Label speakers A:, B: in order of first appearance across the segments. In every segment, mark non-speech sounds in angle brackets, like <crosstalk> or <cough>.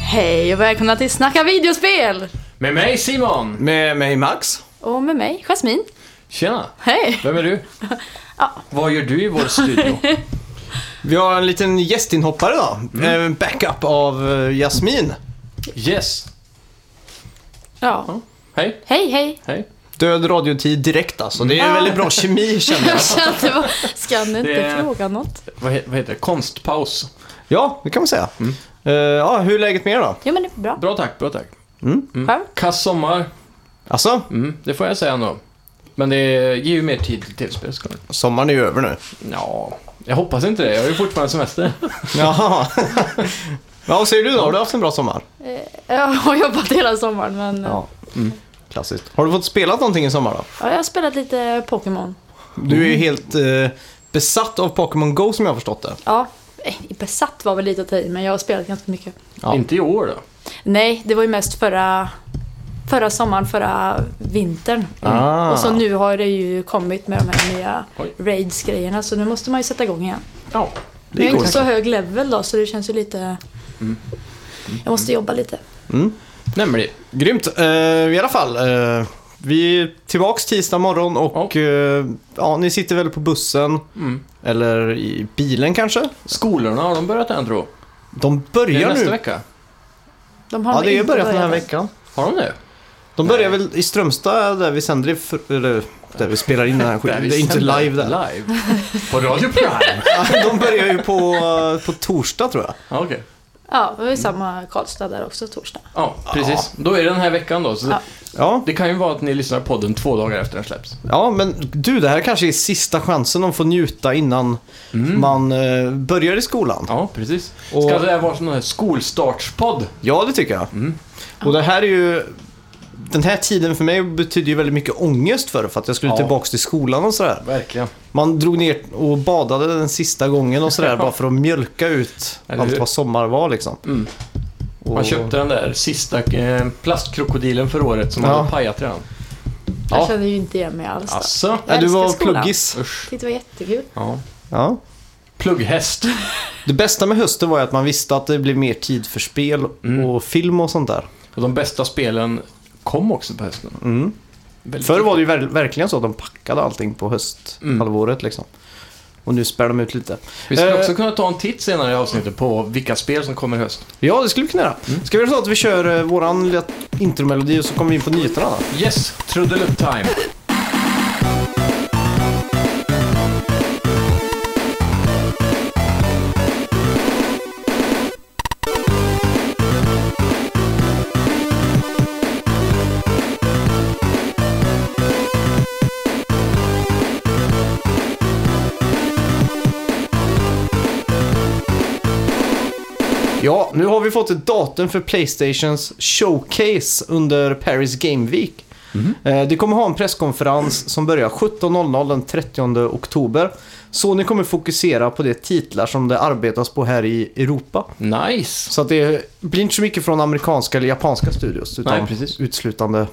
A: Hej och välkomna till Snacka videospel!
B: Med mig Simon!
C: Med mig Max.
A: Och med mig, Jasmin.
B: Tjena!
A: Hej!
B: Vem är du? Vad gör du i vår studio?
C: Vi har en liten gästinhoppare idag. Eh, Backup av eh, Jasmin.
B: Yes!
A: Ja.
B: Hej,
A: Hej, hej!
B: hej.
C: Död radiotid direkt alltså. Det är
A: Ja.
C: väldigt bra kemi känner jag.
A: Jag kände, vad- ska ni inte
B: Det-
A: fråga något?
B: Vad, he- vad heter det? Konstpaus.
C: Ja, det kan man säga. Eh, ja, hur är läget med er då?
A: Jo men det är bra.
B: Bra tack, bra tack.
A: Själv?
B: Kass sommar.
C: Alltså,
B: Mm, det får jag säga ändå. Men det ger ju mer tid till tv-spel såklart.
C: sommaren är ju över nu.
B: Ja, jag hoppas inte det. Jag har ju fortfarande semester.
C: Jaha. ja, vad säger du då? Har du haft en bra sommar?
A: Jag har jobbat hela sommaren men ja.
C: Klassiskt. Har du fått spela någonting i sommar då?
A: jag har spelat lite Pokémon.
C: Du är ju helt eh, besatt av Pokémon Go som jag har förstått det.
A: Ja, eh, besatt var väl lite att ta i men jag har spelat ganska mycket.
C: Ja.
B: Inte i år då.
A: Nej, det var ju mest förra, förra sommaren, förra vintern.
C: Ah.
A: Och så nu har det ju kommit med de här nya
B: Oj.
A: raids-grejerna så nu måste man ju sätta igång igen.
B: Ja.
A: Det är
C: coolt.
A: inte så hög level då så det känns ju lite...
C: Mm.
A: Jag måste jobba lite.
B: Nämligen.
C: Grymt. Eh, I alla fall. eh, vi är tillbaks tisdag morgon och eh, ja, ni sitter väl på bussen
B: Mm.
C: eller i bilen kanske?
B: Skolorna har de börjat än tro.
C: De
B: Det är
C: börjar
B: nästa
C: nu.
B: vecka.
A: De har
C: Ja,
A: nog
C: det är
A: inte
C: börjat den här veckan.
B: Har de det?
C: De börjar väl i Strömstad där vi sänder i fr- eller, där vi spelar in den här
B: <laughs> Där
C: skiten.
B: vi
C: Det är inte
B: sänder
C: live där. <laughs>
B: Live. På Radio Prime.
C: De börjar ju på, eh, på torsdag tror jag.
B: <laughs> Ja, Okej.
A: Ja, det är samma Karlstad där också, torsdag.
B: Ja, precis. Då är det den här veckan då. Så
A: Ja.
C: Ja,
B: Det kan ju vara att ni lyssnar på podden två dagar efter den släpps.
C: ja, men du det här kanske är sista chansen de får njuta innan
B: Mm.
C: man eh, börjar i skolan.
B: Ja, precis.
C: Och-
B: Ska det här vara sån här skolstartspodd?
C: Ja, det tycker jag.
B: Mm.
C: Och det här är ju... Den här tiden för mig betydde ju väldigt mycket ångest för för att jag skulle
B: Ja.
C: tillbaka till skolan och sådär.
B: Verkligen.
C: Man drog ner och badade den sista gången
B: <laughs>
C: och sådär bara för att mjölka ut
B: Eller hur?
C: allt vad sommar var liksom.
B: Mm.
C: Och,
B: Man köpte den där sista eh, plastkkrokodilen för året som
C: Ja.
B: hade pajat redan.
A: Jag
C: Ja.
A: känner ju inte igen mig alls där.
B: Asså?
C: Ja, du
A: Jag
C: var
A: älskar skolan.
C: pluggis.
B: Usch.
A: Tyckte det var jättekul.
B: Ja.
C: Ja.
B: Plugghäst.
C: Det bästa med hösten var ju att man visste att det blev mer tid för spel
B: Mm.
C: och film och sånt där.
B: Och de bästa spelen kom också på hösten.
C: Mm.
B: Väldigt
C: Förr var det ju ver- verkligen så att de packade allting på hösthalvåret liksom. Och nu spär de ut lite.
B: Vi skulle
C: Eh,
B: också kunna ta en titt senare i avsnittet på vilka spel som kommer i höst.
C: Ja, det skulle vi kunna göra.
B: Mm.
C: Ska vi göra så att vi kör eh, våran lilla intromelodi och så kommer vi in på nyheterna då?
B: Yes, trudelutt time.
C: Ja, nu har vi fått ett datum för Playstations showcase under Paris Game Week.
B: Mm.
C: Eh, Det kommer ha en presskonferens som börjar 17.00 den 30 oktober. Sony kommer fokusera på de titlar som det arbetas på här i Europa.
B: Nice.
C: Så att det blir inte så mycket från amerikanska eller japanska studios, utan
B: Nej, precis.
C: uteslutande...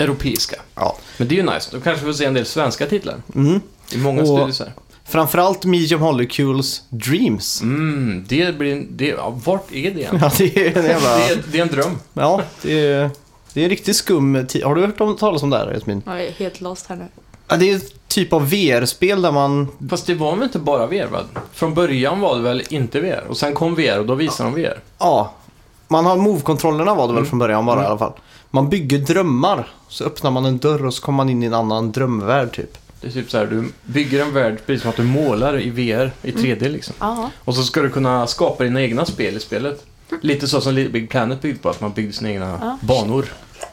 B: Europeiska.
C: Ja.
B: Men det är ju nice. Då kanske vi får se en del svenska titlar.
C: Mm.
B: I många
C: Och-
B: studios här.
C: Framförallt Medium Holocules Dreams.
B: Mm, det blir... Det, ja, vart är det egentligen?
C: <laughs> Ja, det är en jävla...
B: Det är, det är en dröm.
C: Ja, det är, det är en riktigt skum tid. Har du hört om, talas om det här, Jasmin?
A: Jag är helt lost här nu.
C: Ja, det är ett typ av VR-spel där man...
B: Fast det var väl inte bara VR? Va? Från början var det väl inte VR? Och sen kom VR och då visade de VR.
C: Ja, man har move-kontrollerna var det väl från början bara i alla fall. Man bygger drömmar. Så öppnar man en dörr och så kommer man in i en annan drömvärld typ.
B: Det är typ så här, du bygger en värld precis som att du målar i VR, i 3D liksom.
A: Ja.
B: Och så ska du kunna skapa dina egna spel i spelet. Lite så som Little Big Planet byggde på, att man byggde sina egna
A: Ja.
B: banor.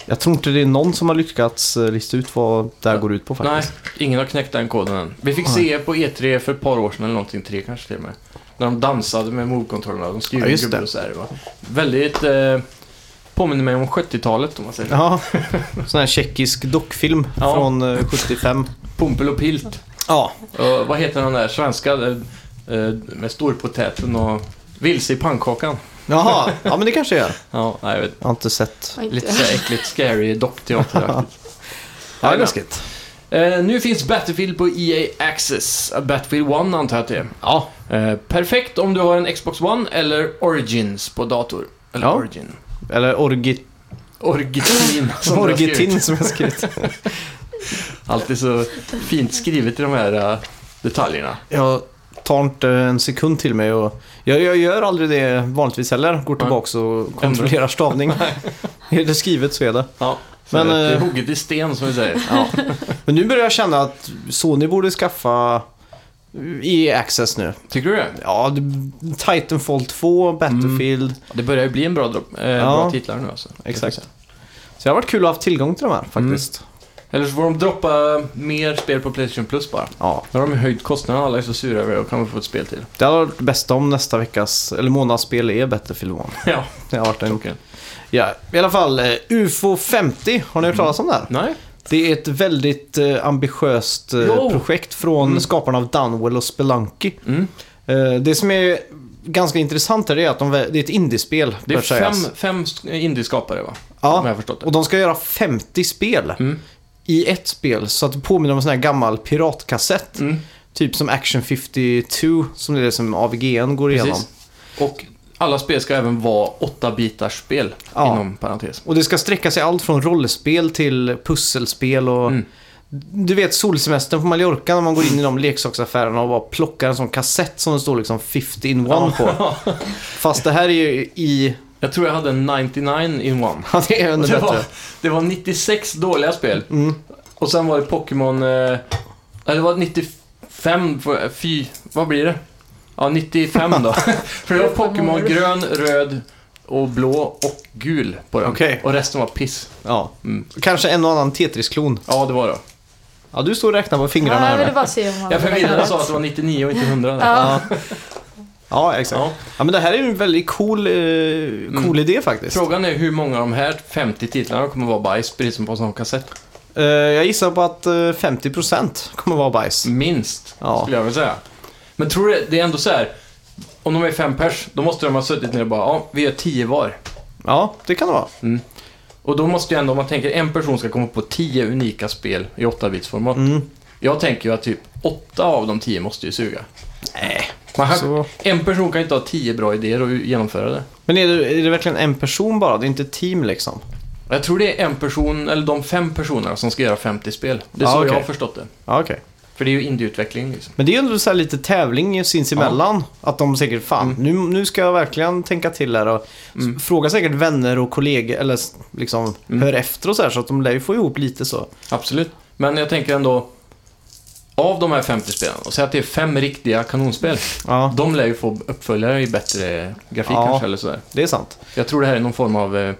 C: Jag tror inte det är någon som har lyckats eh, lista ut vad det här går ut på
B: Nej,
C: faktiskt.
B: ingen har knäckt den koden än. Vi fick se på E3 för ett par år sedan eller någonting, tre kanske till och med. När de dansade med move-kontrollerna, de styrde
C: Ja, just
B: gubbar
C: det.
B: och så här. Va? Väldigt... Eh, påminner mig om 70-talet om man säger.
C: Ja, <laughs> sån här tjeckisk dockfilm
B: Ja.
C: från eh, 75.
B: Pompel och Pilt.
C: Ja,
B: Och vad heter den där svenska eh, eh, med storpotäten och vilse i pannkakan?
C: jaha. Ja, men det kanske är.
B: Ja, nej, jag vet.
C: Jag har inte sett.
A: Oj, <laughs>
B: Lite så här äckligt scary
C: <laughs>
B: dockteateraktigt.
C: Ja, det är läskigt.
B: Eh, nu finns Battlefield på EA Access. Eh, Battlefield 1 antar jag att det är. Ja. Eh, perfekt om du har en Xbox One eller Origins på dator. Eller
C: Ja.
B: Origin.
C: Eller Orgit,
B: <laughs> Orgetin. som du har skrivit.
C: Orgitin <laughs> som jag skrivit.
B: Alltid så fint skrivet i de här eh, detaljerna.
C: Jag tar inte en sekund till mig och... Jag, jag gör aldrig det vanligtvis heller. Går tillbaka och kontrollerar stavning. är det skrivet så är det.
B: Ja.
C: Men,
B: Men, det är
C: eh,
B: hugget i sten som vi säger.
C: Ja. Men nu börjar jag känna att Sony borde skaffa eh, E-access nu.
B: Tycker du det?
C: Ja, Titanfall 2, Battlefield.
B: Det börjar ju bli en bra, dropp, eh,
C: Ja.
B: bra titlar nu alltså.
C: Exakt. Så det har varit kul att ha haft tillgång till de här faktiskt.
B: Eller så får de droppa mer spel på Playstation Plus bara.
C: Ja,
B: Nu har de höjt kostnaderna alla är så sura över det och kan vi få ett spel till.
C: det hade varit det bästa om nästa veckas, eller månadsspel är Battlefield 1.
B: Ja,
C: Det har varit en...
B: okej.
C: Ja, i alla fall eh, UFO 50, har ni hört talas om det här?
B: Nej.
C: Det är ett väldigt eh, ambitiöst eh,
B: Jo.
C: projekt från skaparna av Dunwell och Spelunky.
B: Mm.
C: Eh, det som är ganska intressant här är att de, vä- det är ett indiespel.
B: Det är
C: bör sägas.
B: fem, fem sk- indieskapare va? Om jag
C: Ja,
B: har förstått det.
C: och de ska göra 50 spel
B: Mm.
C: i ett spel. Så att det påminner om en sån här gammal piratkassett.
B: Mm.
C: Typ som Action 52, som det är det som AVGN går igenom.
B: Precis. Och alla spel ska även vara åtta bitars spel
C: Ja.
B: inom parentes.
C: Och det ska sträcka sig allt från rollspel till pusselspel och...
B: Mm.
C: Du vet solsemestern på Mallorca när man går in i de leksaksaffärerna och bara plockar en sån kassett som det står liksom 50 in one på. Fast det här är ju i... <laughs>
B: Jag tror jag hade en 99 in one.
C: Ja, det är ännu
B: Det var,
C: bättre. Mm.
B: det var 96 dåliga spel. Och sen var det Pokémon... Eh, nej, det var 95... för- Fy... Vad blir det? Ja, 95
C: <laughs>
B: då. För det var Pokémon grön, röd och blå och gul på den.
C: Okej.
B: Och resten var piss.
C: Ja.
B: Mm.
C: Kanske en och annan Tetris-klon.
B: Ja, det var det.
C: Ja, du står och räknar på fingrarna
A: Ja, jag
C: här
A: ville
C: nu.
A: bara se om man
B: Jag förvirrade och sa att det var 99 och inte 100. där.
A: Ja.
C: Ja, exakt.
B: Ja.
C: Ja, men det här är ju en väldigt cool, eh, cool
B: Mm.
C: idé faktiskt.
B: Frågan är hur många av de här 50 titlarna kommer vara bajs, precis som på en sån kassett.
C: Eh, jag gissar på att eh, 50% kommer vara bajs.
B: Mm. Minst,
C: Ja.
B: skulle jag vilja säga. Men tror du, det är ändå så här. Om de är fem pers, då måste de ha suttit ner och bara, ja, vi gör tio var.
C: Ja, det kan det vara.
B: Och då måste ju ändå, om man tänker en person ska komma på 10 unika spel i 8-bitsformat.
C: Mm.
B: Jag tänker ju att typ 8 av de 10 måste ju suga.
C: Nej.
B: Man kan,
C: Så-
B: En person kan ju inte ha 10 bra idéer och genomföra det.
C: Men är det, är det verkligen en person bara? Det är inte ett team liksom?
B: Jag tror det är en person, eller de fem personerna som ska göra 50 spel. Det är
C: Ja,
B: så
C: okej.
B: jag har förstått det.
C: Ja, okej.
B: För det är ju indieutveckling liksom.
C: Men det är ju ändå så här lite tävling sinsemellan. Att de säkert, fan,
B: Mm.
C: nu, nu ska jag verkligen tänka till här och mm. fråga säkert vänner och kollegor eller s- liksom
B: Mm.
C: hör efter och så här så att de lär ju få ihop lite så.
B: Absolut. Men jag tänker ändå, av de här 50 spelen, och säg att det är fem riktiga kanonspel.
C: Ja,
B: De lär ju få uppföljare i bättre grafik
C: Ja.
B: kanske, eller sådär.
C: det är sant.
B: Jag tror det här är någon form av eh,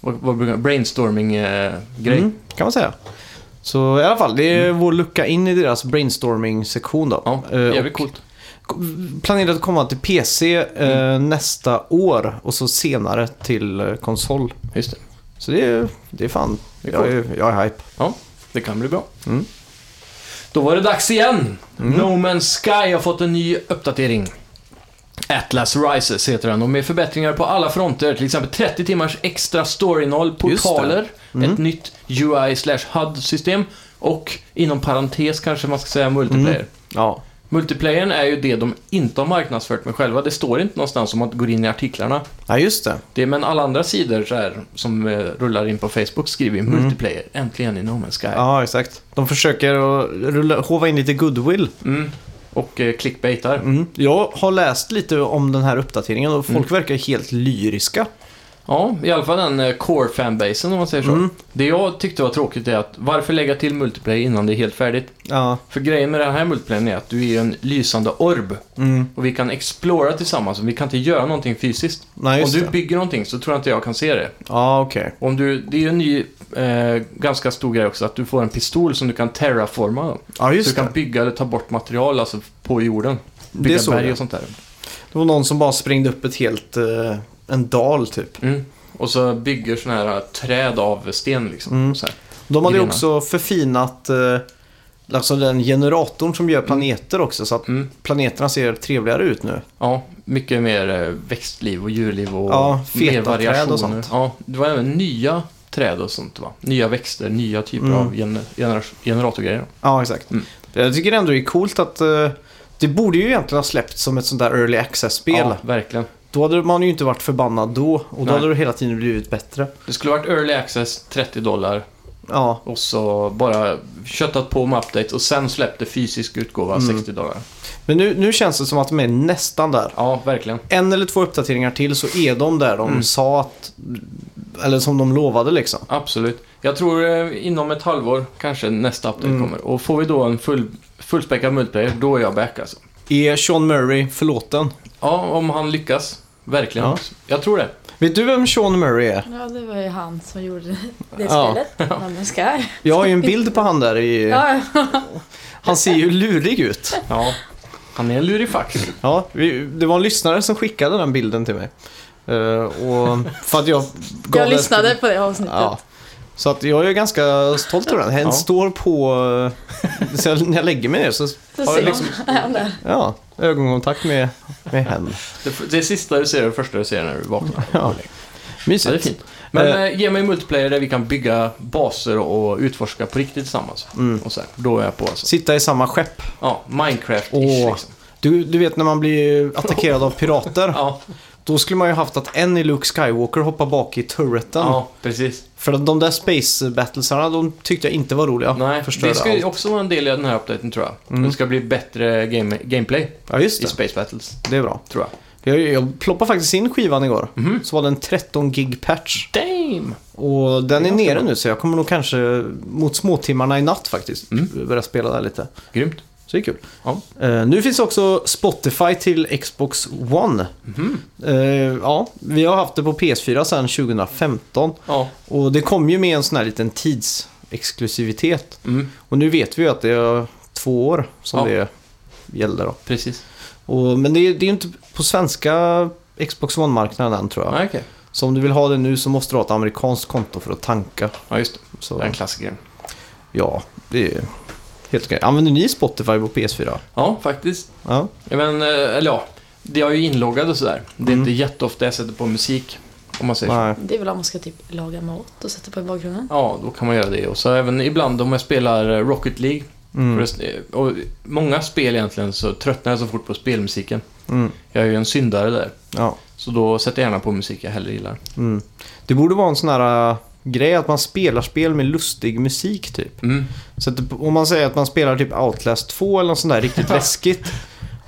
B: vad, vad brukar- brainstorming eh, grej. Mm.
C: Mm, kan man säga. Så i alla fall, det är vår lucka in i deras brainstorming-sektion då.
B: Ja,
C: Eh,
B: jävligt
C: och
B: coolt.
C: Planerat att komma till PC eh,
B: Mm.
C: nästa år och så senare till eh, konsol.
B: Just det.
C: Så det är, det är fan,
B: Det är
C: jag, är, jag är hype.
B: Ja, det kan bli bra.
C: Mm.
B: Då var det dags igen. No Man's Sky har fått en ny uppdatering. Atlas Rises heter den och med förbättringar på alla fronter, till exempel 30 timmars extra storyinnehåll,
C: Just det. Mm.
B: portaler, ett nytt UI slash HUD-system och inom parentes kanske man ska säga multiplayer.
C: Mm. Ja.
B: Multiplayern är ju det de inte har marknadsfört med själva. Det står inte någonstans om man går in i artiklarna.
C: ja, just det.
B: Det är men alla andra sidor så här, som eh, rullar in på Facebook skriver ju
C: Mm.
B: multiplayer. Äntligen i No Man's Sky.
C: Ja, exakt. De försöker att rulla, hova in lite goodwill.
B: Mm. Och eh, clickbaitar.
C: Jag har läst lite om den här uppdateringen och folk verkar helt lyriska.
B: Ja, i alla fall den eh, core fanbasen om man säger så.
C: Mm.
B: Det jag tyckte var tråkigt är att varför lägga till multiplayer innan det är helt färdigt?
C: Ja,
B: För grejen med den här multiplayern är att du är ju en lysande orb.
C: Mm.
B: Och vi kan explora tillsammans, men vi kan inte göra någonting fysiskt.
C: Nej,
B: om
C: just
B: du
C: det.
B: bygger någonting så tror jag inte jag kan se det.
C: ja okej.
B: Om du, det är ju en ny, eh, ganska stor grej också, att du får en pistol som du kan terraforma. Då.
C: Ja,
B: Så
C: just
B: du kan
C: det.
B: bygga eller ta bort material alltså, på jorden. Bygga
C: såg
B: berg
C: jag.
B: och sånt där.
C: Det var någon som bara sprängde upp ett helt... eh, en dal typ.
B: Mm. Och så bygger sådana här eh, träd av sten liksom.
C: Mm.
B: Så här.
C: De hade ju
B: Grenar.
C: också förfinat eh, alltså den generatorn som gör planeter också så att
B: Mm.
C: planeterna ser trevligare ut nu.
B: Ja, mycket mer eh, växtliv och djurliv och
C: Ja, feta
B: mer
C: träd och
B: variationer.
C: sånt.
B: Ja, det var även nya träd och sånt va? Nya växter, nya typer
C: Mm.
B: av gener- gener- generatorgrejer.
C: Ja, exakt.
B: Mm.
C: Jag tycker ändå det är coolt att eh, det borde ju egentligen ha släppts som ett sånt där early access-spel.
B: Ja, verkligen.
C: Då hade man ju inte varit förbannad då och då
B: Nej.
C: hade det hela tiden blivit bättre.
B: Det skulle varit early access, 30 dollar
C: Ja,
B: och så bara köttat på med updates och sen släppte fysisk utgåva
C: Mm.
B: 60 dollar.
C: men nu, nu känns det som att de är nästan där.
B: Ja, verkligen.
C: En eller två uppdateringar till så är de där
B: Mm.
C: de sa att... Eller som de lovade liksom.
B: Absolut. Jag tror eh, inom ett halvår kanske nästa update
C: Mm.
B: kommer. Och får vi då en full, fullspäckad multiplayer, då är jag back alltså.
C: Är Sean Murray förlåten?
B: Ja, om han lyckas. Verkligen.
C: Ja.
B: Jag tror det.
C: Vet du vem Sean Murray är?
A: Ja, det var ju han som gjorde
C: <laughs>
A: det
C: Ja.
A: spelet. Ja. men ska jag?
C: Jag har ju en bild på han där i...
A: Ja,
C: Han ser ju lurig ut.
B: Ja. Han är en lurifax.
C: Ja, vi, det var en lyssnare som skickade den bilden till mig. Eh, och för
A: <laughs>
C: att jag gav
A: jag
C: det-
A: lyssnade på det avsnittet.
C: Ja. Så att jag är ganska stolt över den. Den
B: Ja.
C: står på... eh, Så jag, när jag lägger mig ner så...
A: Så
C: har
A: ser
C: jag liksom,
A: man <laughs> han där.
C: ja, ögonkontakt med, med henne.
B: Det, det sista du ser är det första du ser när du vaknar.
C: Ja.
B: Ja, det är
C: Mysigt.
B: fint. Men eh, ge mig multiplayer där vi kan bygga baser och utforska på riktigt tillsammans.
C: Mm.
B: Och så här, då är jag på alltså.
C: Sitta i samma skepp.
B: Ja, Minecraft-ish
C: Åh.
B: liksom.
C: Du, du vet när man blir attackerad av pirater.
B: Ja,
C: Då skulle man ju haft att en i Luke Skywalker hoppar bak i turreten.
B: ja, precis.
C: För att de där space battlesarna, de tyckte jag inte var roliga.
B: Nej,
C: Förstörde
B: det ska ju
C: allt.
B: också vara en del av den här uppdateringen tror jag.
C: Mm.
B: Det ska bli bättre game, gameplay
C: Ja, just
B: i
C: det.
B: Space Battles,
C: Det är bra.
B: tror jag.
C: Jag, jag ploppade faktiskt in skivan igår.
B: Mhm.
C: Så var det en 13 gig patch.
B: Damn!
C: Och den är
B: ganska
C: nere
B: bra.
C: nu så jag kommer nog kanske mot småtimmarna i natt faktiskt
B: Mm.
C: börja spela där lite.
B: Grymt.
C: Så det är kul.
B: Ja.
C: Eh, nu finns också Spotify till Xbox One.
B: Mhm.
C: Eh, ja, vi har haft det på PS4 sedan 2015.
B: Ja.
C: Och det kom ju med en sån här liten tidsexklusivitet.
B: Mm.
C: Och nu vet vi ju att det är två år som
B: Ja.
C: det gäller då.
B: Precis.
C: Och, men det är, det är ju inte på svenska Xbox One-marknaden än tror jag.
B: Nej, okej.
C: Så om du vill ha det nu så måste du ha ett amerikanskt konto för att tanka.
B: Ja, just det.
C: Så,
B: Det är en klassiker.
C: ja, det är helt okej. Använder ni Spotify på PS4?
B: Ja, faktiskt.
C: Ja.
B: Ja, Men, eh, eller ja, det är ju inloggad och sådär. Det är
C: Mm.
B: inte jätteofta jag sätter på musik, om man säger så.
C: Nej.
A: Det är väl om man ska typ laga mat och sätta på i bakgrunden.
B: Ja, då kan man göra det. Och så även ibland om jag spelar eh, Rocket League.
C: Mm.
B: För det- Och många spel egentligen så tröttnar jag så fort på spelmusiken.
C: Mm.
B: Jag är ju en syndare där.
C: Ja.
B: Så då sätter jag gärna på musik jag hellre gillar.
C: Mm. Det borde vara en sån här äh, grej att man spelar spel med lustig musik typ.
B: Mm.
C: Så att, det- om man säger att man spelar typ Outlast 2 eller något sånt
A: <laughs>
C: där riktigt läskigt.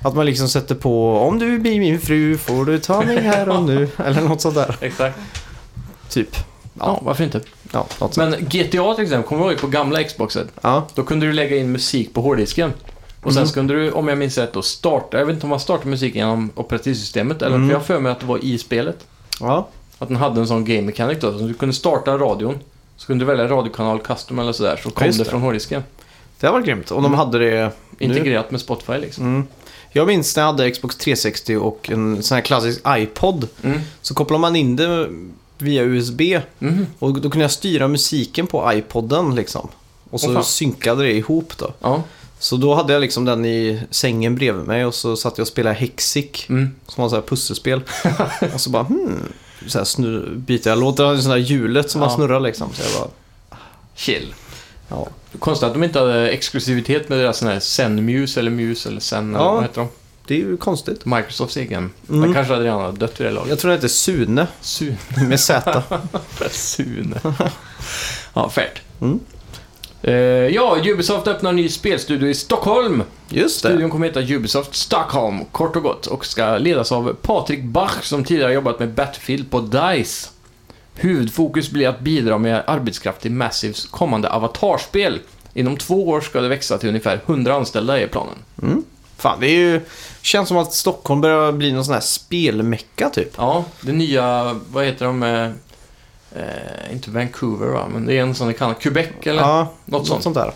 C: Att man liksom sätter på om du blir min fru får du ta mig här och nu.
A: <laughs>
C: Eller något sånt där.
B: Exakt.
C: Typ.
B: Ja, varför inte?
C: Ja, något sånt.
B: Men GTA till exempel, kommer du ihåg på gamla Xboxet?
C: Ja.
B: Då kunde du lägga in musik på hårddisken. Och sen
C: Mm.
B: så kunde du, om jag minns rätt, då starta, jag vet inte om man startade musiken genom operativsystemet, eller
C: Mm.
B: för jag har för mig att det var i spelet.
C: Ja.
B: Att den hade en sån game mechanic då, så du kunde starta radion, så kunde du välja radiokanal custom eller sådär, så kom
C: just
B: det
C: det.
B: från hårddisken.
C: Det var grymt. Om de
B: Mm.
C: hade det nu.
B: Integrerat med Spotify liksom.
C: Mm. Jag minns när jag hade Xbox 360 och en sån här klassisk iPod.
B: Mm.
C: Så kopplade man in det via USB.
B: Mhm.
C: Och då kunde jag styra musiken på iPodden liksom. Och
B: Åh,
C: så
B: fan.
C: synkade det ihop då.
B: Ja.
C: Så då hade jag liksom den i sängen bredvid mig och så satt jag och spelade Hexic.
B: Mm.
C: Som var så
B: <laughs>
C: här pusselspel. och så bara hmm. Så här snur, byter jag låt. Det var ju sån där hjulet som man
B: Ja.
C: snurrar liksom. Så jag bara,
B: Chill.
C: ja.
B: Konstigt att de inte hade exklusivitet med deras sån här Zenmuse eller Muse eller Zen, eller
C: Ja.
B: vad heter
C: Det är ju konstigt.
B: de? Microsofts egen.
C: Mm.
B: Den kanske hade redan dött vid det laget.
C: Jag tror det hette Sune
B: Su- <laughs>
C: med Z. <laughs>
B: Sune. ja, färt.
C: Mm.
B: Eh, ja, Ubisoft öppnar en ny spelstudio i Stockholm.
C: Just det.
B: Studion kommer heta Ubisoft Stockholm, kort och gott, och ska ledas av Patrik Bach som tidigare jobbat med Battlefield på DICE. Huvudfokus blir att bidra med arbetskraft till Massives kommande avatarspel. Inom två år ska det växa till ungefär 100 anställda i planen.
C: Fan, det är ju... Känns som att Stockholm börjar bli någon sån här spelmecka typ.
B: Ja, det nya, vad heter de, eh, eh, inte Vancouver va, men det är en sån i Kanada, Quebec eller?
C: ja,
B: något sånt.
C: där.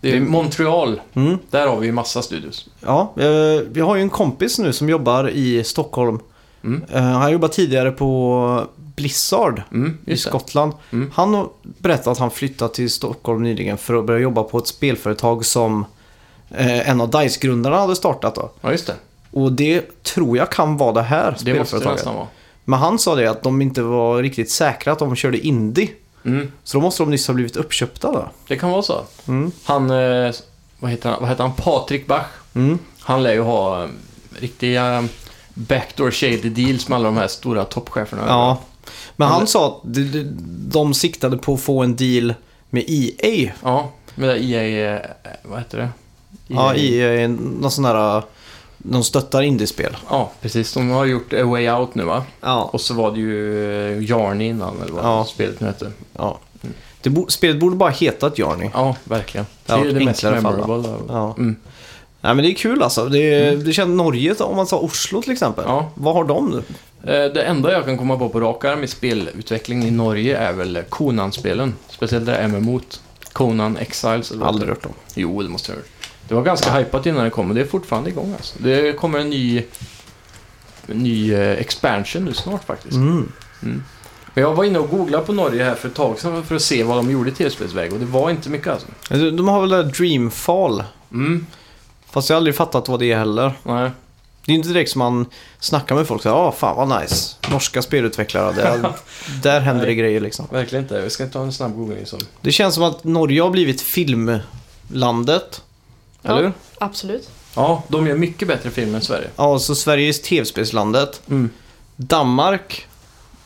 B: Det är
C: det-
B: Montreal,
C: Mm.
B: där har vi ju massa studios.
C: Ja, eh, vi har ju en kompis nu som jobbar i Stockholm.
B: Mm.
C: Eh, han jobbar tidigare på Blizzard
B: Mm,
C: i
B: just det.
C: Skottland.
B: Mm.
C: Han har berättat att han flyttade till Stockholm nyligen för att börja jobba på ett spelföretag som eh, en av DICE-grundarna hade startat. Då.
B: Ja, just det.
C: Och det tror jag kan vara det här
B: Det måste det
C: spelföretaget.
B: nästan vara.
C: Men han sa det att de inte var riktigt säkra att de körde indie.
B: Mm,
C: Så då måste de nyss ha blivit uppköpta då.
B: det kan vara så.
C: Mm.
B: Han, eh, vad heter han, vad heter han, Patrik Bach.
C: Mm.
B: Han lär ju ha eh, riktiga backdoor shady deals med alla de här stora toppcheferna.
C: Ja. Men han sa att de- de- de siktade på att få en deal med E EA.
B: Ja, med det EA, eh, vad heter det? E
C: Ja, E EA är någon sån där... De stöttar indiespel.
B: Ja, precis. De har gjort A Way Out nu va?
C: Ja.
B: Och så var det ju eh, Yarny innan, eller vad
C: Ja.
B: spelet nu hette.
C: ja. Det bo, spelet borde bara hetat Journey.
B: Ja, verkligen.
C: Det hade varit enklare för alla.
B: memorable. av-
C: Ja.
B: Mm.
C: Nej, men det är kul alltså. Det, det känns Norge, om man tar Oslo till exempel.
B: Ja.
C: Vad har de nu?
B: Eh, Det enda jag kan komma på på rak arm i spelutveckling i Norge är väl Konan-spelen. Speciellt det där MMO. t. Konan Exiles. Eller vad
C: Aldrig
B: det
C: hört om.
B: heter. Jo, det måste jag ha hört. Det var ganska hypat innan det kom, men det är fortfarande igång alltså. Det kommer en ny, en ny eh, expansion nu snart faktiskt.
C: Mm.
B: Men jag var inne och googlade på Norge här för ett tag sedan för att se vad de gjorde i tv-spelsväg och det var inte mycket alltså.
C: Alltså, De har väl det där Dreamfall.
B: Mm,
C: Fast jag har aldrig fattat vad det är heller.
B: nej.
C: Det är inte direkt som man snackar med folk så här, ah fan vad nice. Norska spelutvecklare, där, där händer det
B: Nej.
C: grejer liksom.
B: Verkligen inte. Jag ska ta en snabb googling. Som.
C: Det känns som att Norge har blivit filmlandet.
A: Ja.
C: Eller hur?
A: Absolut.
B: Ja, de gör mycket bättre film än Sverige.
C: Ja, så Sverige är tv-spelslandet.
B: Mm.
C: Danmark.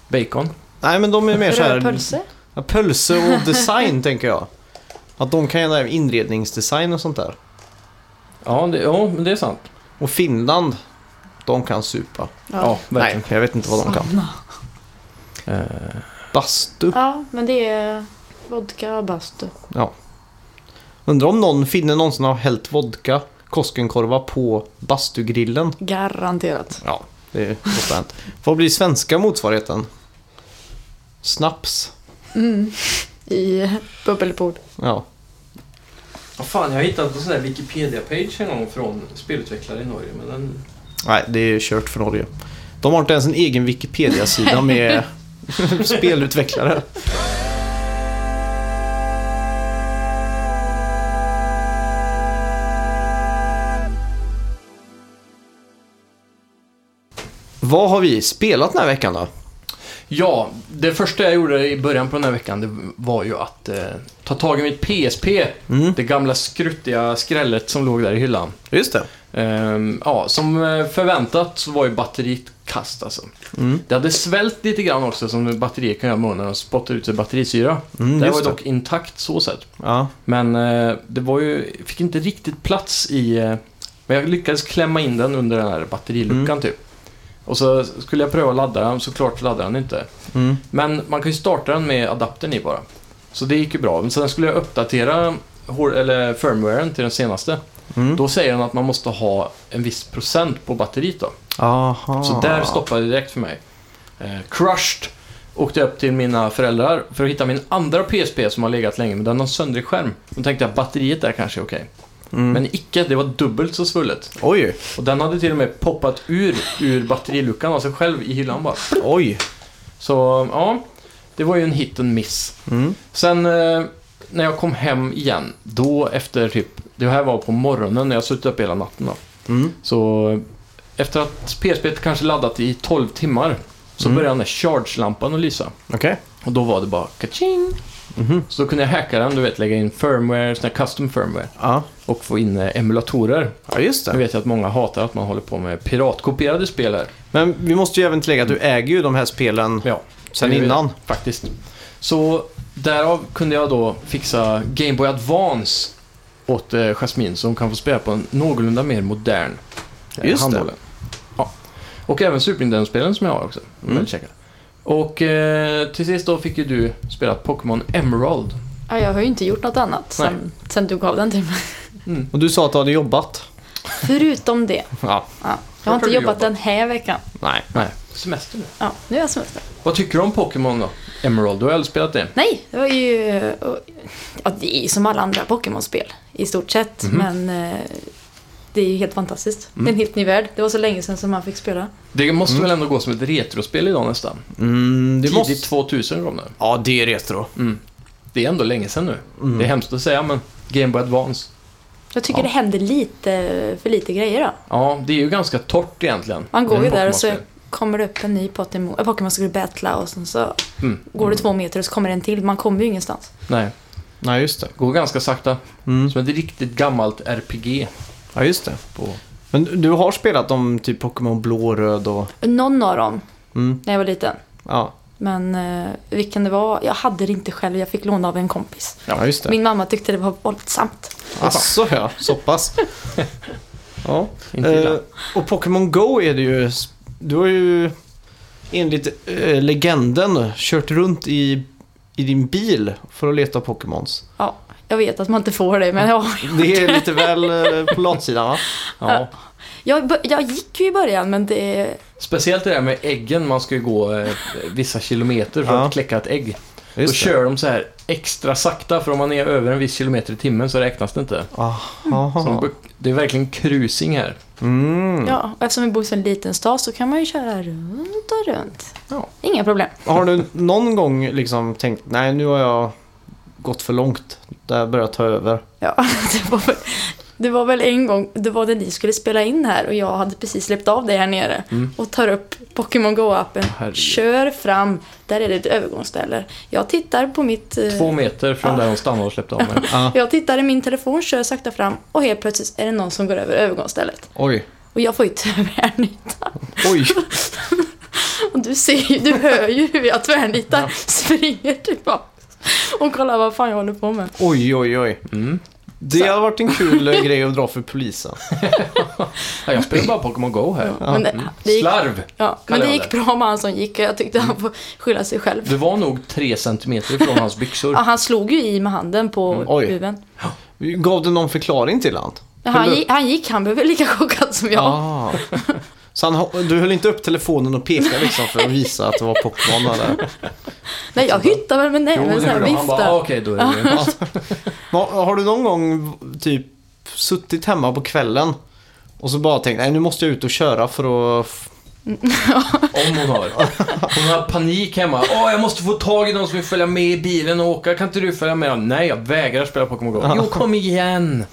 B: Bacon.
C: Nej, men de är mer så
A: Röd
C: här...
A: pölse.
C: Ja, Pölse och design tänker jag. Att de kan göra inredningsdesign och sånt där.
B: Ja, det, ja, men det är sant.
C: Och Finland, de kan supa.
B: Ja,
C: Nej,
B: verkligen.
C: jag vet inte vad de kan.
B: Eh,
C: Bastu.
A: Ja, men det är vodka och bastu.
C: Undrar om någon finne någonsin har hällt vodka, Koskenkorva på bastugrillen.
A: Garanterat.
C: Ja, det måste ha hänt. Vad blir svenska motsvarigheten? Snaps.
A: Mm. I bubbelpool.
C: Ja.
B: Vad fan, jag hittade en sån där Wikipedia-page en gång från spelutvecklare i Norge, men den...
C: Nej, det är kört för Norge. De har inte ens en egen Wikipedia-sida <laughs> med spelutvecklare. Vad har vi spelat den här veckan då?
B: Ja, det första jag gjorde i början på den här veckan, det var ju att eh, ta tag i mitt PSP.
C: Mm.
B: Det gamla skruttiga skrället som låg där i hyllan.
C: Just det.
B: Ehm, ja, som eh, förväntat så var ju batteriet kast alltså.
C: Mm.
B: Det hade svällt lite grann också som batterier kan göra med munnen och spottar ut sig batterisyra. det
C: Mm,
B: här
C: just
B: var
C: det.
B: dock intakt så sett.
C: Ja.
B: Men eh, det var ju, fick inte riktigt plats i... Eh, men jag lyckades klämma in den under den här batteriluckan
C: Mm.
B: typ. Och så skulle jag pröva att ladda den, såklart laddade den inte.
C: Mm.
B: Men man kan ju starta den med adaptern i bara. Så det gick ju bra. Men sen skulle jag uppdatera hår- eller firmwaren till den senaste.
C: Mm.
B: Då säger den att man måste ha en viss procent på batteriet då.
C: Aha.
B: Så där stoppade det direkt för mig. Eh, crushed åkte jag upp till mina föräldrar för att hitta min andra PSP som har legat länge, men den har söndrig skärm. Då tänkte jag batteriet där kanske är okej.
C: Mm.
B: Men icke, det var dubbelt så svullet.
C: Oj,
B: Och den hade till och med poppat ur, ur batteriluckan av sig själv i hyllan bara.
C: oj.
B: Så ja, det var ju en hit and miss.
C: Mm.
B: Sen eh, när jag kom hem igen, då efter typ, det här var på morgonen när jag suttit upp hela natten då.
C: Mm.
B: Så eh, efter att PSP kanske laddat i 12 timmar så
C: Mm.
B: började den där charge-lampan att lysa.
C: Okej.
B: Och då var det bara kaching.
C: Mhm.
B: Så då kunde jag hacka den, du vet lägga in firmware, sån här custom firmware
C: Ja.
B: och få in eh, emulatorer.
C: ja, just
B: Nu
C: det.
B: vet jag att många hatar att man håller på med piratkopierade spel här.
C: Men vi måste ju även tillägga att du äger ju de här spelen
B: Ja,
C: sen
B: det är-
C: innan.
B: faktiskt. Så därav kunde jag då fixa Game Boy Advance åt eh, Jasmine så hon kan få spela på en någorlunda mer modern eh,
C: Just det.
B: handbollen. Ja. Och även Super Nintendo-spelen som jag har också.
C: Mm.
B: Väldigt käcka. Och eh, till sist då fick ju du spela Pokémon Emerald.
A: Ja, jag har ju inte gjort något annat sen, sen du gav den till mig.
C: Och du sa att du hade jobbat.
A: <laughs> Förutom det.
C: Ja.
A: Ja. Jag
B: har
A: har inte
B: du
A: jobbat,
B: jobbat?
A: den här veckan.
C: Nej.
B: Nej, semester nu.
A: Ja, nu är jag semester.
B: Vad tycker du om Pokémon då? Emerald, du har aldrig spelat det?
A: Nej, det var ju... Ja, det är ju som alla andra Pokémon-spel i stort sett.
B: Mhm.
A: Men eh, det är ju helt fantastiskt. Det är en
B: Mm.
A: helt ny värld. Det var så länge sedan som man fick spela.
B: Det måste väl ändå gå som ett retrospel idag nästan?
C: Mm, det
B: Tidigt
C: måste... Mm.
B: 2000 kom det.
C: Ja, det är retro.
B: Det är ändå länge sedan nu.
C: Mm.
B: Det är hemskt att säga, men Game Boy Advance.
A: Jag tycker
B: Ja.
A: det händer lite för lite grejer då.
B: Ja, det är ju ganska torrt egentligen.
A: Man går
B: Mm.
A: ju där och så
B: Pokémon-spel.
A: kommer det upp en ny Pokémon äh, Pokémon ska du battla och sen så
B: Mm.
A: går det två meter och så kommer det en till. Man kommer ju ingenstans.
B: Nej,
C: Nej, just det.
B: går ganska sakta.
C: Mm.
B: Som ett riktigt gammalt RPG
C: Ja, just det.
B: på
C: Men du- du har spelat om typ Pokémon blå, röd och...
A: Någon av dem,
C: Mm,
A: när jag var liten.
C: ja.
A: Men eh, vilken det var, jag hade det inte själv, jag fick låna av en kompis.
C: ja, just det.
A: Min mamma tyckte det var våldsamt.
C: Asså ja, så <laughs> pass. ja.
B: Inte illa.
C: Eh, och Pokémon Go är det ju... Du har ju enligt eh, legenden kört runt i, i din bil för att leta Pokémons.
A: Ja, jag vet att man inte får det, men
B: Mm.
A: ja.
C: Det är lite väl eh, på latsidan <laughs> va?
B: Ja.
A: Jag, bör- jag gick ju i början, men
B: Mm.
A: det...
B: Speciellt det där med äggen, man ska ju gå eh, vissa kilometer för
C: Ja.
B: att kläcka ett ägg. Då
C: Just det.
B: kör de så här extra sakta, för om man är över en viss kilometer i timmen så räknas det inte. Så de,
C: Aha.
B: bu- det är verkligen cruising här.
C: Mm.
A: Ja, och eftersom vi bor i en så liten stad så kan man ju köra runt och runt.
B: Ja.
A: Inga problem.
C: Har du någon gång liksom tänkt, nej nu har jag gått för långt, det här börjar ta över.
A: Ja, <laughs> det var väl, det var väl en gång, det var det ni skulle spela in här och jag hade precis släppt av dig här nere
B: Mm.
A: och tar upp Pokémon Go-appen,
B: Herregud.
A: kör fram, där är det ett övergångsställe. Jag tittar på mitt... eh,
B: Två meter från
A: Ja.
B: där de stannade och släppte av
A: <laughs>
B: mig.
C: Ah,
A: Jag tittar i min telefon, kör sakta fram och helt plötsligt är det någon som går över övergångsstället.
C: oj.
A: Och jag får ju <laughs> tvärnita.
C: Oj.
A: Och du ser ju, du hör ju hur jag tvärnitar, springer tillbaka och kollar vad fan jag håller på med.
C: Oj, oj, oj.
B: Mm.
C: Det hade varit en kul eh, grej att dra för polisen.
B: Ja, jag spelar bara Pokémon Go här.
A: Men det, det gick,
B: Mm. Slarv!
A: ja,
B: kallar
A: men det
B: jag Mm.
A: gick bra med han som gick och jag tyckte han får skylla sig själv.
B: Du var nog tre centimeter ifrån hans byxor.
A: Ja, han slog ju i med handen på
B: Mm.
C: Oj.
A: buben.
C: Gav du någon förklaring till han?
A: Han,
C: Höll
A: gi- han gick, han blev väl lika chockad som jag.
C: Ah. Så han, ho- du höll inte upp telefonen och pekade liksom för att visa att det var Pokémon där?
A: Nej, jag hyttade väl med näven
B: liksom det
A: såhär,
B: gjorde han. Han bara,
A: viftade.
B: ah, okej då är det
C: Men Har du någon gång typ suttit hemma på kvällen och så bara tänkt, nej nu måste jag ut och köra för att... f-
B: Om hon har. Hon har panik hemma. Åh, jag måste få tag i någon som vill följa med i bilen och åka. Kan inte du följa med? Nej, jag vägrar spela Pokémon Go. Jo, kom igen!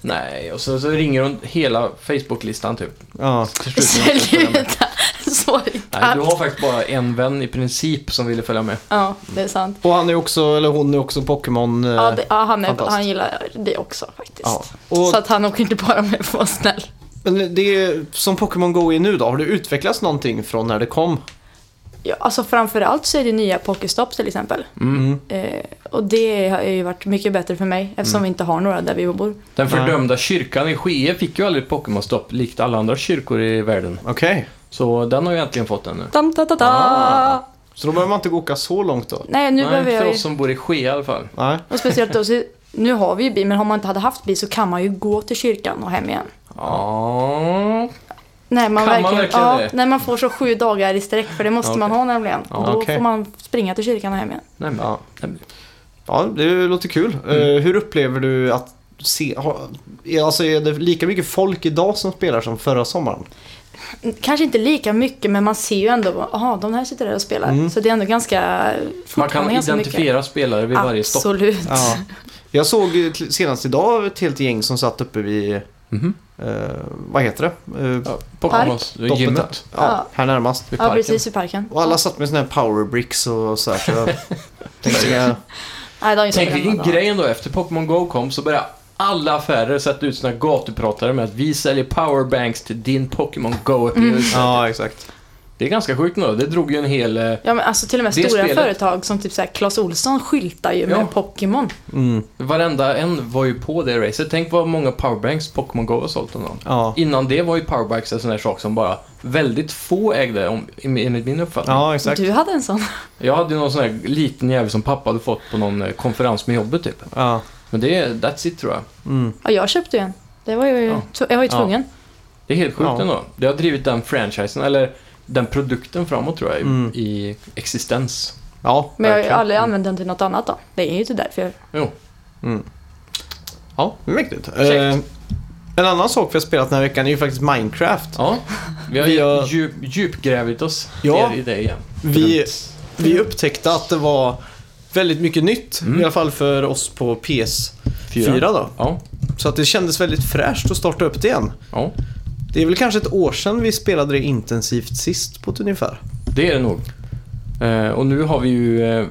B: Nej, och så, så ringer hon hela Facebook-listan typ.
C: Ja.
B: Till slut vill hon inte <laughs> följa med.
A: Sluta, <laughs> så
B: Nej, du
A: inte.
B: har faktiskt bara en vän i princip som ville följa med.
A: Ja, det är sant.
C: Och han är också, eller hon är också Pokémon... eh,
A: Ja, det, ja han, är,
C: fantastiskt.
A: han gillar det också faktiskt.
C: ja. Och
A: Så att han åker inte bara med för att vara snäll.
C: Men det är som Pokémon Go är nu då, har det utvecklats någonting från när det kom?
A: Ja, alltså framförallt så är det nya Pokestops till exempel.
C: Mm.
A: Eh, och det har ju varit mycket bättre för mig eftersom
B: Mm.
A: vi inte har några där vi bor.
B: Den fördömda kyrkan i Skee fick ju aldrig ett Pokémon-stopp likt alla andra kyrkor i världen.
C: Okej,
B: Så den har ju äntligen fått den nu.
A: Tam, ta, ta, ta.
C: Ah. så då behöver man inte gå och åka så långt då?
A: Nej, nu
B: Nej,
A: behöver jag
B: för
A: ju...
B: oss som bor i Skee i alla fall.
C: Nej.
A: Och speciellt då, så, nu har vi ju bil, men om man inte hade haft bil så kan man ju gå till kyrkan och hem igen.
B: Ja,
A: När man
B: Kan man
A: verkligen,
B: verkligen
A: ja,
B: det?
A: När man får så sju dagar i sträck, för det måste
B: Okej.
A: man ha nämligen.
B: Ja,
A: och då
C: okej.
A: får man springa till kyrkan och hem igen.
B: nej men.
C: Ja. ja, det låter kul. Eh, hur upplever du att se, ha, är- alltså är det lika mycket folk idag som spelar som förra sommaren?
A: Mm, Kanske inte lika mycket, men man ser ju ändå, jaha, de här sitter där och spelar.
C: Mm.
A: Så det är ändå ganska...
B: Man
A: fortfarande
B: kan
A: ganska mycket.
B: identifiera spelare vid varje stopp.
A: Absolut.
C: Ja. Jag såg ju till- senast idag ett helt gäng som satt uppe vid,
B: Mhm.
C: eh, vad heter det? Eh,
B: Ja,
C: doppet där.
B: Pokémon-gymmet.
C: Ja,
A: Ja.
C: här närmast.
A: <laughs>
B: vid
A: Ja,
B: parken.
A: precis, i parken.
C: Och alla satt med såna här power bricks och så här. Så jag tänkte, jag-
A: Nej, de är ju så
B: Tänk vilken
A: gamla.
B: grej ändå, efter Pokémon Go kom så började alla affärer sätta ut sina gatupratare med att vi säljer powerbanks till din Pokémon Go-upplevelse.
A: Mm.
C: ja, exakt.
B: Det är ganska sjukt nu. Det drog ju en hel... eh,
A: Ja, men alltså till och med
B: Det
A: stora
B: spelet.
A: företag som typ så här, Clas Olsson skyltar ju med
B: Ja.
A: Pokémon.
C: Mm.
B: Varenda en var ju på det racet. Tänk vad många powerbanks Pokémon Go har sålt om dagen.
C: Ja.
B: Innan det var ju powerbanks en sån där sak som bara väldigt få ägde, om, enligt min uppfattning.
C: ja, exakt.
A: Du hade en sån.
B: Jag hade ju någon sån här liten jävel som pappa hade fått på någon eh, konferens med jobbet typ.
C: Ja.
B: Men det är, that's it tror jag.
C: Mm.
A: Ja, jag köpte ju en. Det var ju,
B: Ja.
A: tv- jag var ju
B: Ja.
A: tvungen.
B: Det är helt sjukt
C: Ja.
B: ändå. Det har drivit den franchisen, eller den produkten framåt tror jag, i-
C: Mm.
B: i existens.
C: Ja,
A: Men jag har ju
C: verkligen.
A: aldrig
B: Mm.
A: använt den till något annat då. Det är ju inte därför jag...
B: Jo.
C: Mm. Ja, mäktigt. Eh,
B: Käckt.
C: en annan sak vi har spelat den här veckan är ju faktiskt Minecraft.
B: Ja. Vi har,
C: Vi har-
B: Djup, djupgrävit oss
C: Ja.
B: ner i det igen.
C: Vi, vi upptäckte att det var väldigt mycket nytt,
B: Mm.
C: i alla fall för oss på PS4 då.
B: Ja.
C: Så att det kändes väldigt fräscht att starta upp det igen.
B: ja,
C: Det är väl kanske ett år sedan vi spelade det intensivt sist på ett ungefär.
B: det är det nog. Eh, och nu har vi ju eh,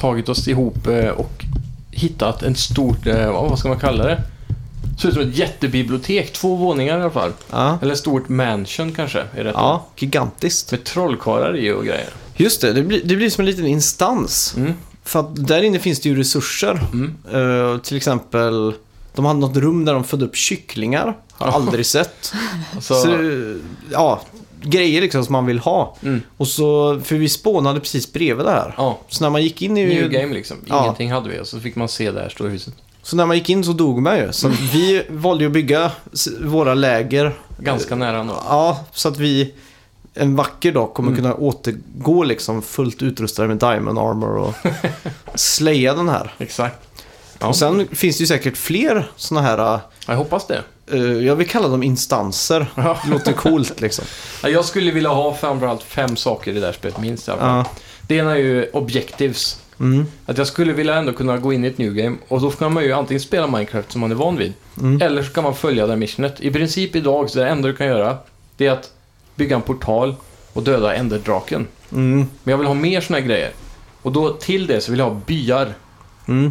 B: tagit oss ihop eh, och hittat en stort, eh, vad vad ska man kalla det? Ser ut som ett jättebibliotek, två våningar i alla fall.
C: Ja.
B: Eller stort mansion kanske, är rätt ord.
C: ja, gigantiskt.
B: Med trollkarlar i och grejer.
C: Just det, det blir, det blir som en liten instans.
B: Mm.
C: För att där inne finns det ju resurser.
B: Mm.
C: Eh, till exempel, de hade något rum där de födde upp kycklingar. Har aldrig sett.
B: <laughs> Så,
C: Så, ja, grejer liksom som man vill ha.
B: mm.
C: Och så, för vi spånade precis bredvid det här.
B: ja,
C: Så när man gick in
B: new
C: i...
B: game liksom.
C: Ja.
B: Ingenting hade vi och så fick man se det här stora huset.
C: Så när man gick in så dog man
B: <laughs>
C: ju. Så vi valde ju att bygga s- våra läger.
B: Ganska nära ändå.
C: Ja, så att vi en vacker dag
B: Mm.
C: kommer kunna återgå liksom fullt utrustade med diamond
B: <laughs>
C: armor och slaya den här.
B: Exakt. Ja.
C: Och sen finns det ju säkert fler sådana här,
B: Jag hoppas det.
C: eh, jag vill kalla dem instanser.
B: Ja.
C: Det låter
B: <laughs>
C: coolt liksom.
B: Ja, Jag skulle vilja ha framförallt fem saker i det här spelet, minst i alla fall.
C: Ja.
B: Det ena är ju objectives.
C: Mm.
B: Att jag skulle vilja ändå kunna gå in i ett new game och då kan man ju antingen spela Minecraft som man är van vid.
C: Mm.
B: Eller så kan man följa det här missionet. I princip idag så det enda du kan göra det är att bygga en portal och döda enderdraken.
C: Mm.
B: Men jag vill ha mer såna här grejer. Och då till det så vill jag ha byar.
C: Mm.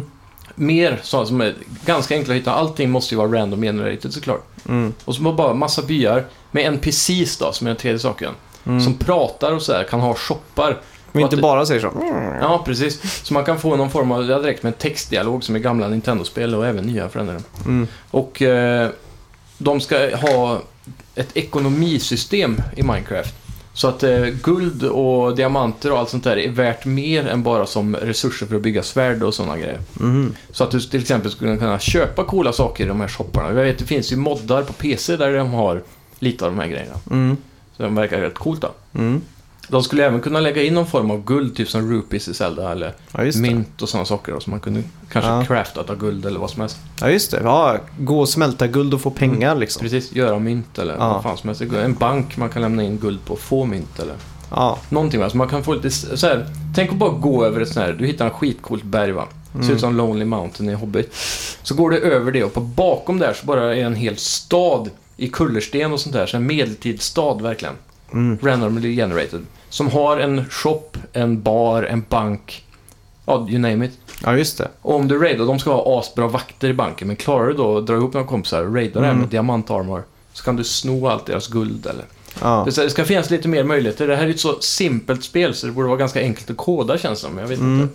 B: Mer sådana som är ganska enkla att hitta. Allting måste ju vara random generated såklart.
C: Mm.
B: Och så bara massa byar med NPCs då, som är den tredje saken.
C: Mm.
B: Som pratar och så här, kan ha shoppar.
C: Men
B: Och
C: inte
B: att-
C: bara säger så. Mm,
B: Ja, precis. Så man kan få någon form av, ja, direkt med en textdialog som i gamla Nintendo-spel och även nya för den delen.
C: Mm.
B: Och eh, de ska ha ett ekonomisystem i Minecraft. Så att eh, guld och diamanter och allt sånt där är värt mer än bara som resurser för att bygga svärd och sådana grejer.
C: Mm.
B: Så att du till exempel skulle kunna köpa coola saker i de här shopparna. Jag vet, det finns ju moddar på PC där de har lite av de här grejerna.
C: Mm.
B: Så de verkar rätt coolt då.
C: Mm.
B: De skulle även kunna lägga in någon form av guld, typ som rupees i Zelda eller
C: Ja, just det.
B: mynt och sådana saker. Då, så man kunde kanske
C: Ja.
B: crafta av guld eller vad som helst.
C: Ja, just det. Ja, gå och smälta guld och få
B: Mm.
C: pengar liksom.
B: Precis, göra mynt eller
C: Ja.
B: vad fan som helst. En bank man kan lämna in guld på och få mynt eller
C: Ja.
B: någonting. va. Så man kan få lite s- så här. Tänk att bara gå över ett sånt här, du hittar en skitcoolt berg va. Ser
C: Mm.
B: ut som Lonely Mountain i Hobbit. Så går du över det och på bakom där så bara är en hel stad i kullersten och sånt där. Så en medeltidsstad verkligen.
C: Mm.
B: Randomly generated. Som har en shop, en bar, en bank. Ja, you name it.
C: ja, just det.
B: Och om du raidar, de ska ha asbra vakter i banken, men klarar du då att dra ihop några kompisar och raida
C: Mm.
B: det här med diamantarmor så kan du sno allt deras guld eller...
C: Ja.
B: Det ska- Det ska finnas lite mer möjligheter. Det här är ett så simpelt spel så det borde vara ganska enkelt att koda känns det som, jag vet
C: Mm.
B: inte.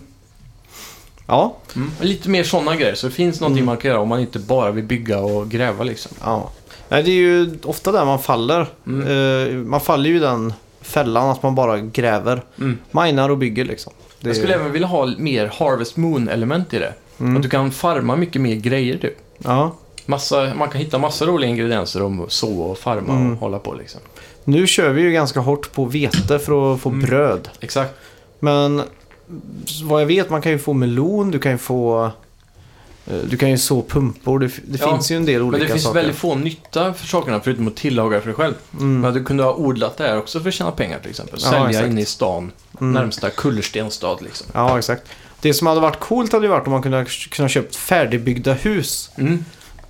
C: Ja.
B: Mm. Lite mer sådana grejer, så det finns
C: Mm.
B: någonting man kan göra om man inte bara vill bygga och gräva liksom.
C: Ja. Nej, det är ju ofta där man faller.
B: Mm.
C: Eh, man faller ju i den fällan att man bara gräver.
B: Mm.
C: Minar och bygger liksom. Det
B: Jag
C: är- Mm.
B: skulle även vilja ha mer Harvest Moon-element i det. Att du kan farma mycket mer grejer typ.
C: ja.
B: Massa, man kan hitta massa roliga ingredienser om att så och farma
C: Mm.
B: och hålla på liksom.
C: Nu kör vi ju ganska hårt på vete för att få
B: Mm.
C: bröd.
B: Exakt.
C: Men vad jag vet, man kan ju få melon, du kan ju få... eh, Du kan ju så pumpor, det, f- det
B: Ja,
C: finns ju en del olika
B: Men det finns
C: saker.
B: väldigt få nytta för sakerna förutom att tillaga för dig själv.
C: Mm.
B: Men du kunde ha odlat det här också för att tjäna pengar till exempel.
C: Ja,
B: Sälja
C: exakt. Mm.
B: in i stan, närmsta kullerstenstad liksom.
C: Ja, exakt. Det som hade varit coolt hade ju varit om man kunde kunna köpt färdigbyggda hus.
B: Mm.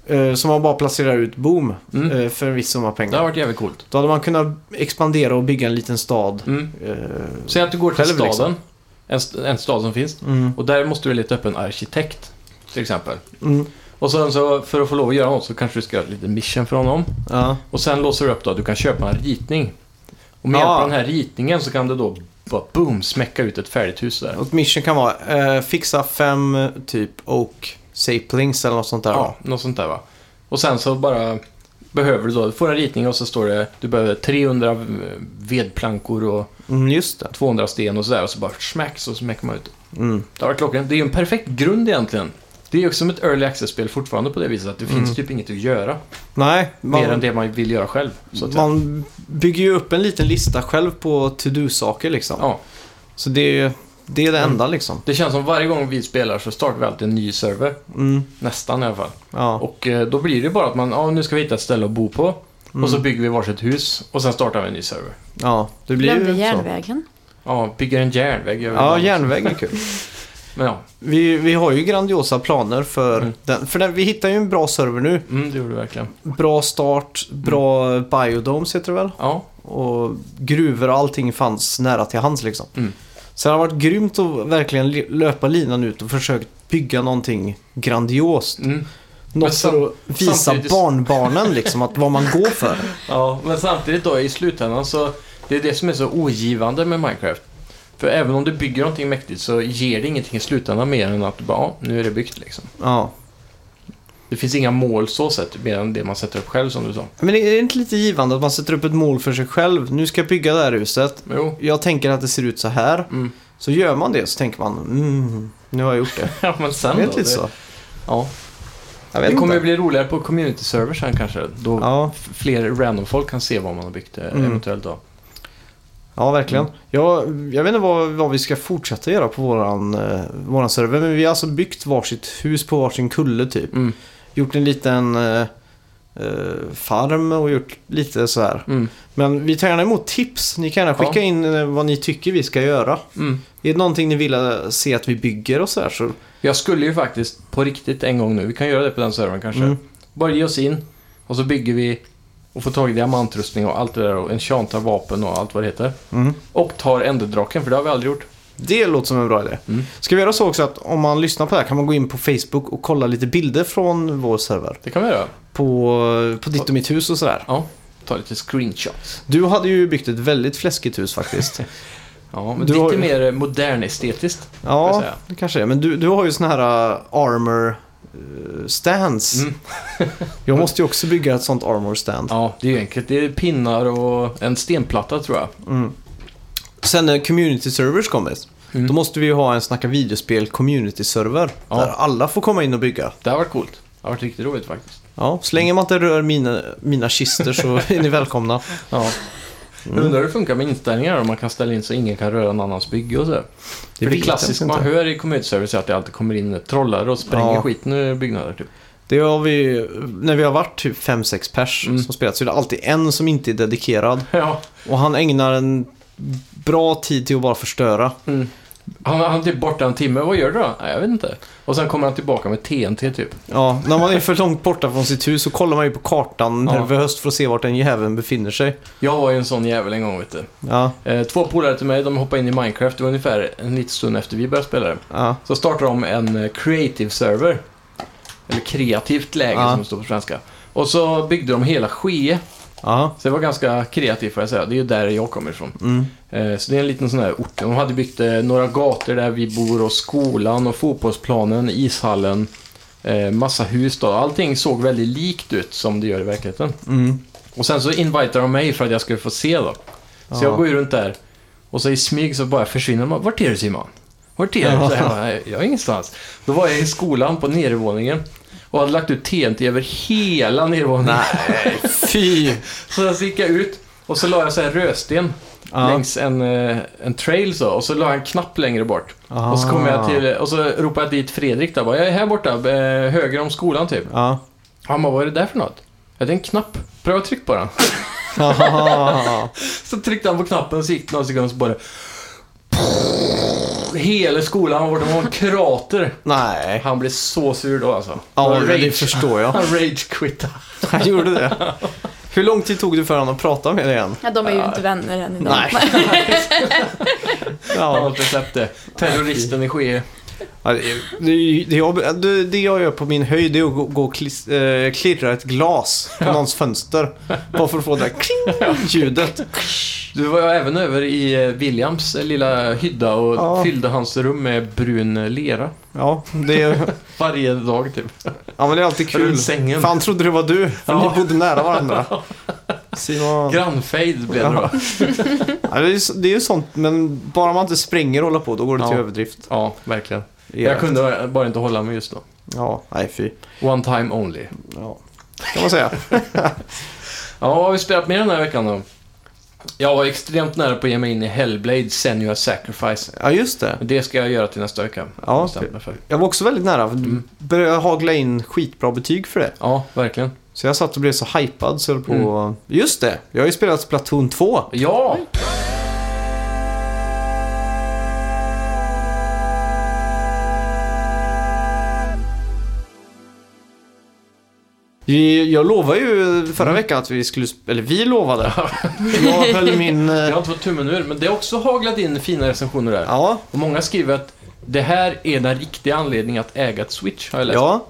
C: Eh, som man bara placerar ut, boom,
B: Mm.
C: eh, för en viss summa
B: Det
C: pengar.
B: har varit jävligt coolt.
C: Då hade man kunnat expandera och bygga en liten stad.
B: Mm.
C: Eh,
B: Säg att du går till
C: Själv,
B: staden,
C: liksom.
B: en, st- en stad som finns,
C: Mm.
B: och där måste du leta upp en arkitekt till exempel.
C: Mm.
B: Och sen så, för att få lov att göra något så kanske du ska göra lite mission för honom.
C: Ja.
B: Och sen låser du upp då att du kan köpa en ritning. Och med
C: Ja.
B: hjälp av den här ritningen så kan du då bara boom, smäcka ut ett färdigt hus där.
C: Och mission kan vara eh, fixa fem eh, typ oak saplings eller något sånt där.
B: Ja,
C: va?
B: något sånt där va. Och sen så bara behöver du då, du får en ritning och så står det du behöver 300 vedplankor och
C: Mm, just det.
B: 200 sten och sådär och så bara smack så smäcker man ut det.
C: Mm.
B: Det har varit klockrent. Det är ju en perfekt grund egentligen. Det är ju också som ett early access-spel fortfarande på det viset att det finns typ inget att göra
C: Nej,
B: mer än
C: Mm. man,
B: det man vill göra själv. Så att,
C: man bygger ju upp en liten lista själv på to-do-saker liksom.
B: ja.
C: Så det är ju det, är det
B: Mm.
C: enda liksom.
B: Det känns som varje gång vi spelar så startar vi alltid en ny server.
C: Mm.
B: Nästan i alla fall.
C: Ja.
B: Och eh, då blir det bara att man, ja nu ska vi hitta ett ställe att bo på. Och
C: Mm.
B: så bygger vi varsitt hus och sen startar vi en ny server.
C: ja, det blir
A: Glömde
C: ju så.
A: järnvägen.
B: Ja, bygger en järnväg. gör vi
C: Ja,
B: ibland.
C: järnväg är kul.
B: Men ja,
C: Vi, vi har ju grandiosa planer för
B: Mm.
C: den. För den, vi hittar ju en bra server nu.
B: mm, det gjorde du verkligen.
C: Bra start, bra
B: Mm.
C: biodomes heter det väl?
B: Ja,
C: Och gruvor och allting fanns nära till hands liksom.
B: Mm.
C: Sen har det varit grymt att verkligen li- löpa linan ut och försökt bygga någonting grandios.
B: mm,
C: Något
B: sam-
C: för att visa
B: samtidigt-
C: barnbarnen liksom att vad man
B: <laughs>
C: går för.
B: Ja, men samtidigt då i slutändan så det är det som är så ogivande med Minecraft. För även om du bygger någonting mäktigt så ger det ingenting i slutändan mer än att du bara, ja, nu är det byggt liksom.
C: Ja.
B: Det finns inga mål så sett, mer än det man sätter upp själv som du sa.
C: Men är det inte lite givande att man sätter upp ett mål för sig själv? Nu ska jag bygga det här huset.
B: Jo.
C: Jag tänker att det ser ut så här.
B: Mm.
C: Så gör man det så tänker man mm, nu har jag gjort det.
B: <laughs> Ja, men sen
C: Jag vet
B: då?
C: lite
B: Det,
C: så.
B: ja.
C: Jag vet
B: det kommer ju
C: inte.
B: bli roligare på community-server sen kanske. Då
C: Ja,
B: f- fler random folk kan se vad man har byggt eh,
C: Mm.
B: eventuellt då.
C: ja verkligen. Jag, jag vet inte vad, vad vi ska fortsätta göra på våran, eh, våran server. Men vi har alltså byggt varsitt hus på varsin kulle typ.
B: Mm.
C: Gjort en liten eh, eh, farm och gjort lite så här.
B: Mm.
C: Men vi tar gärna emot tips. Ni kan gärna
B: Ja.
C: skicka in eh, vad ni tycker vi ska göra.
B: Mm.
C: Är det någonting ni vill eh, se att vi bygger och så här så...
B: Jag skulle ju faktiskt på riktigt en gång nu, vi kan göra det på den servern kanske.
C: Mm.
B: Bara ge oss in och så bygger vi och får tag i diamantrustning och allt det där och enchantar vapen och allt vad det heter.
C: Mm.
B: Och tar änddraken för det har vi aldrig gjort.
C: Det låter som en bra idé.
B: Mm.
C: Ska vi göra så också att om man lyssnar på det här kan man gå in på Facebook och kolla lite bilder från vår server.
B: Det kan vi göra.
C: På, eh, på ditt och mitt hus och sådär.
B: Ja, ta lite screenshots.
C: Du hade ju byggt ett väldigt fläskigt
B: <laughs>
C: hus faktiskt.
B: Ja, men
C: Du
B: lite
C: har ju-
B: mer modern estetiskt. jag
C: ja,
B: säga.
C: det kanske är. Men du, du har ju såna här eh, armor eh, stands.
B: Mm. <laughs>
C: Jag måste ju också bygga ett sånt armor stand.
B: Ja, det är ju enkelt. Det är pinnar och en stenplatta tror jag.
C: Mm. Sen när community servers kommit,
B: Mm.
C: då måste vi ju ha en snacka videospel community server.
B: Ja.
C: Där alla får komma in och bygga.
B: Det har varit coolt. Det har varit riktigt roligt faktiskt.
C: Ja, så länge man inte rör mina, mina
B: <laughs>
C: kister så är ni välkomna.
B: Ja.
C: Mm.
B: Jag undrar hur det funkar med inställningar om man kan ställa in så ingen kan röra en annans bygge och så. Det, För
C: Det vet
B: det
C: jag
B: klassiska
C: inte.
B: man hör i kommunservice är att det alltid kommer in trollare och spränger
C: Ja.
B: skiten ur byggnader. Typ.
C: Det har vi, när vi har varit typ 5-6 pers
B: Mm.
C: som spelat så är det alltid en som inte är dedikerad.
B: Ja.
C: Och han ägnar en bra tid till att bara förstöra.
B: Mm. Han, han är typ borta en timme, vad gör du då? Nej, jag vet inte. Och sen kommer han tillbaka med TNT typ.
C: Ja, när man är för långt borta från sitt hus så kollar man ju på kartan
B: Ja.
C: nervöst för att se vart den jäveln befinner sig.
B: Jag var ju en sån jävel en gång vet du.
C: Ja,
B: Eh, två polare till mig, de hoppade in i Minecraft, det var ungefär en liten stund efter vi började spela det.
C: ja.
B: Så startade de en eh, creative server. Eller kreativt läge
C: Ja.
B: som det står på svenska. Och så byggde de hela Skee. <laughs>
C: Ja,
B: Så det var ganska kreativt får jag säga. Det är ju där jag kommer ifrån.
C: mm.
B: Eh, Så det är en liten sån här ort. De hade byggt eh, några gator där vi bor och skolan och fotbollsplanen, ishallen, eh, massa hus då. Allting såg väldigt likt ut som det gör i verkligheten.
C: Mm.
B: Och sen så inviterar de mig för att jag skulle få se då. Så
C: Ja.
B: jag går ju runt där och så i smyg så bara försvinner de. Vart är du Simon? Vart är du? Så jag, bara, "Nej, jag är ingenstans. Då var jag i skolan på nedervåningen och hade lagt ut TNT över hela nedervåningen.
C: Fy!
B: Så jag gick jag ut och så la jag så här rödsten
C: Ja.
B: längs en, eh, en trail så och så la jag en knapp längre bort.
C: Ah.
B: Och så kom jag till och så ropade jag dit Fredrik där bara, jag är här borta, eh, höger om skolan typ.
C: Ja.
B: Han bara, vad är det där för något? Ja, det är en knapp. Pröva att trycka på den. <laughs>
C: Hahaha.
B: Så tryckte han på knappen och så gick det några sekunder och så bara... <laughs> Hela skolan var det var en krater.
C: Nej.
B: Han blev så sur då alltså.
C: Ja,
B: Han
C: men det
B: rage. <laughs>
C: förstår jag.
B: Han rage-quittade.
C: Han gjorde det. Hur lång tid tog det för honom att prata med dig igen?
A: Ja, de är ju inte vänner än idag.
C: Nej.
B: Han har
C: <laughs> Ja.
B: inte släppt det. Terroristen i Skee.
C: Ja, Det, det, det, jag, det- det jag gör på min höjd det är att gå, gå och klis, eh, klirra ett glas på någons fönster. Bara för att få det där kling ljudet.
B: Du var ju även över i eh, Williams eh, lilla hydda och
C: Ja.
B: fyllde hans rum med brun eh, lera.
C: Ja, det, är-
B: Varje dag typ.
C: ja men det är alltid kul.
B: Runt sängen.
C: För han trodde det var du, för
B: Ja.
C: ni bodde nära varandra. Simon.
B: Grannfejd blev det då.
C: Ja, det, är, ju- det är ju sånt, men bara man inte spränger och håller på, då går det till
B: Ja.
C: överdrift.
B: <laughs> Ja, verkligen. Jag kunde bara inte hålla mig just då.
C: Ja, nej fy.
B: One time only.
C: Ja, kan man säga.
B: Ja, vad har vi spelat med den här veckan då? Jag var extremt nära på att ge mig in i Hellblade Senua Sacrifice.
C: Ja, just det.
B: Men Det ska jag göra till nästa vecka. har jag bestämt mig för.
C: Jag var också väldigt nära. för det Började hagla in skitbra betyg för det.
B: Ja, verkligen.
C: Så jag satt och blev så hypad så jag höll på... Just det! Jag har ju spelat Splatoon 2.
B: Ja!
C: Vi- Jag lovade ju förra veckan att vi skulle... sp- Eller vi lovade. jag höll min... eh,
B: Jag har inte fått tummen ur, men det har också haglat in fina recensioner där.
C: Ja.
B: Och många skriver att det här är den riktiga anledningen att äga ett Switch, har jag läst.
C: Ja.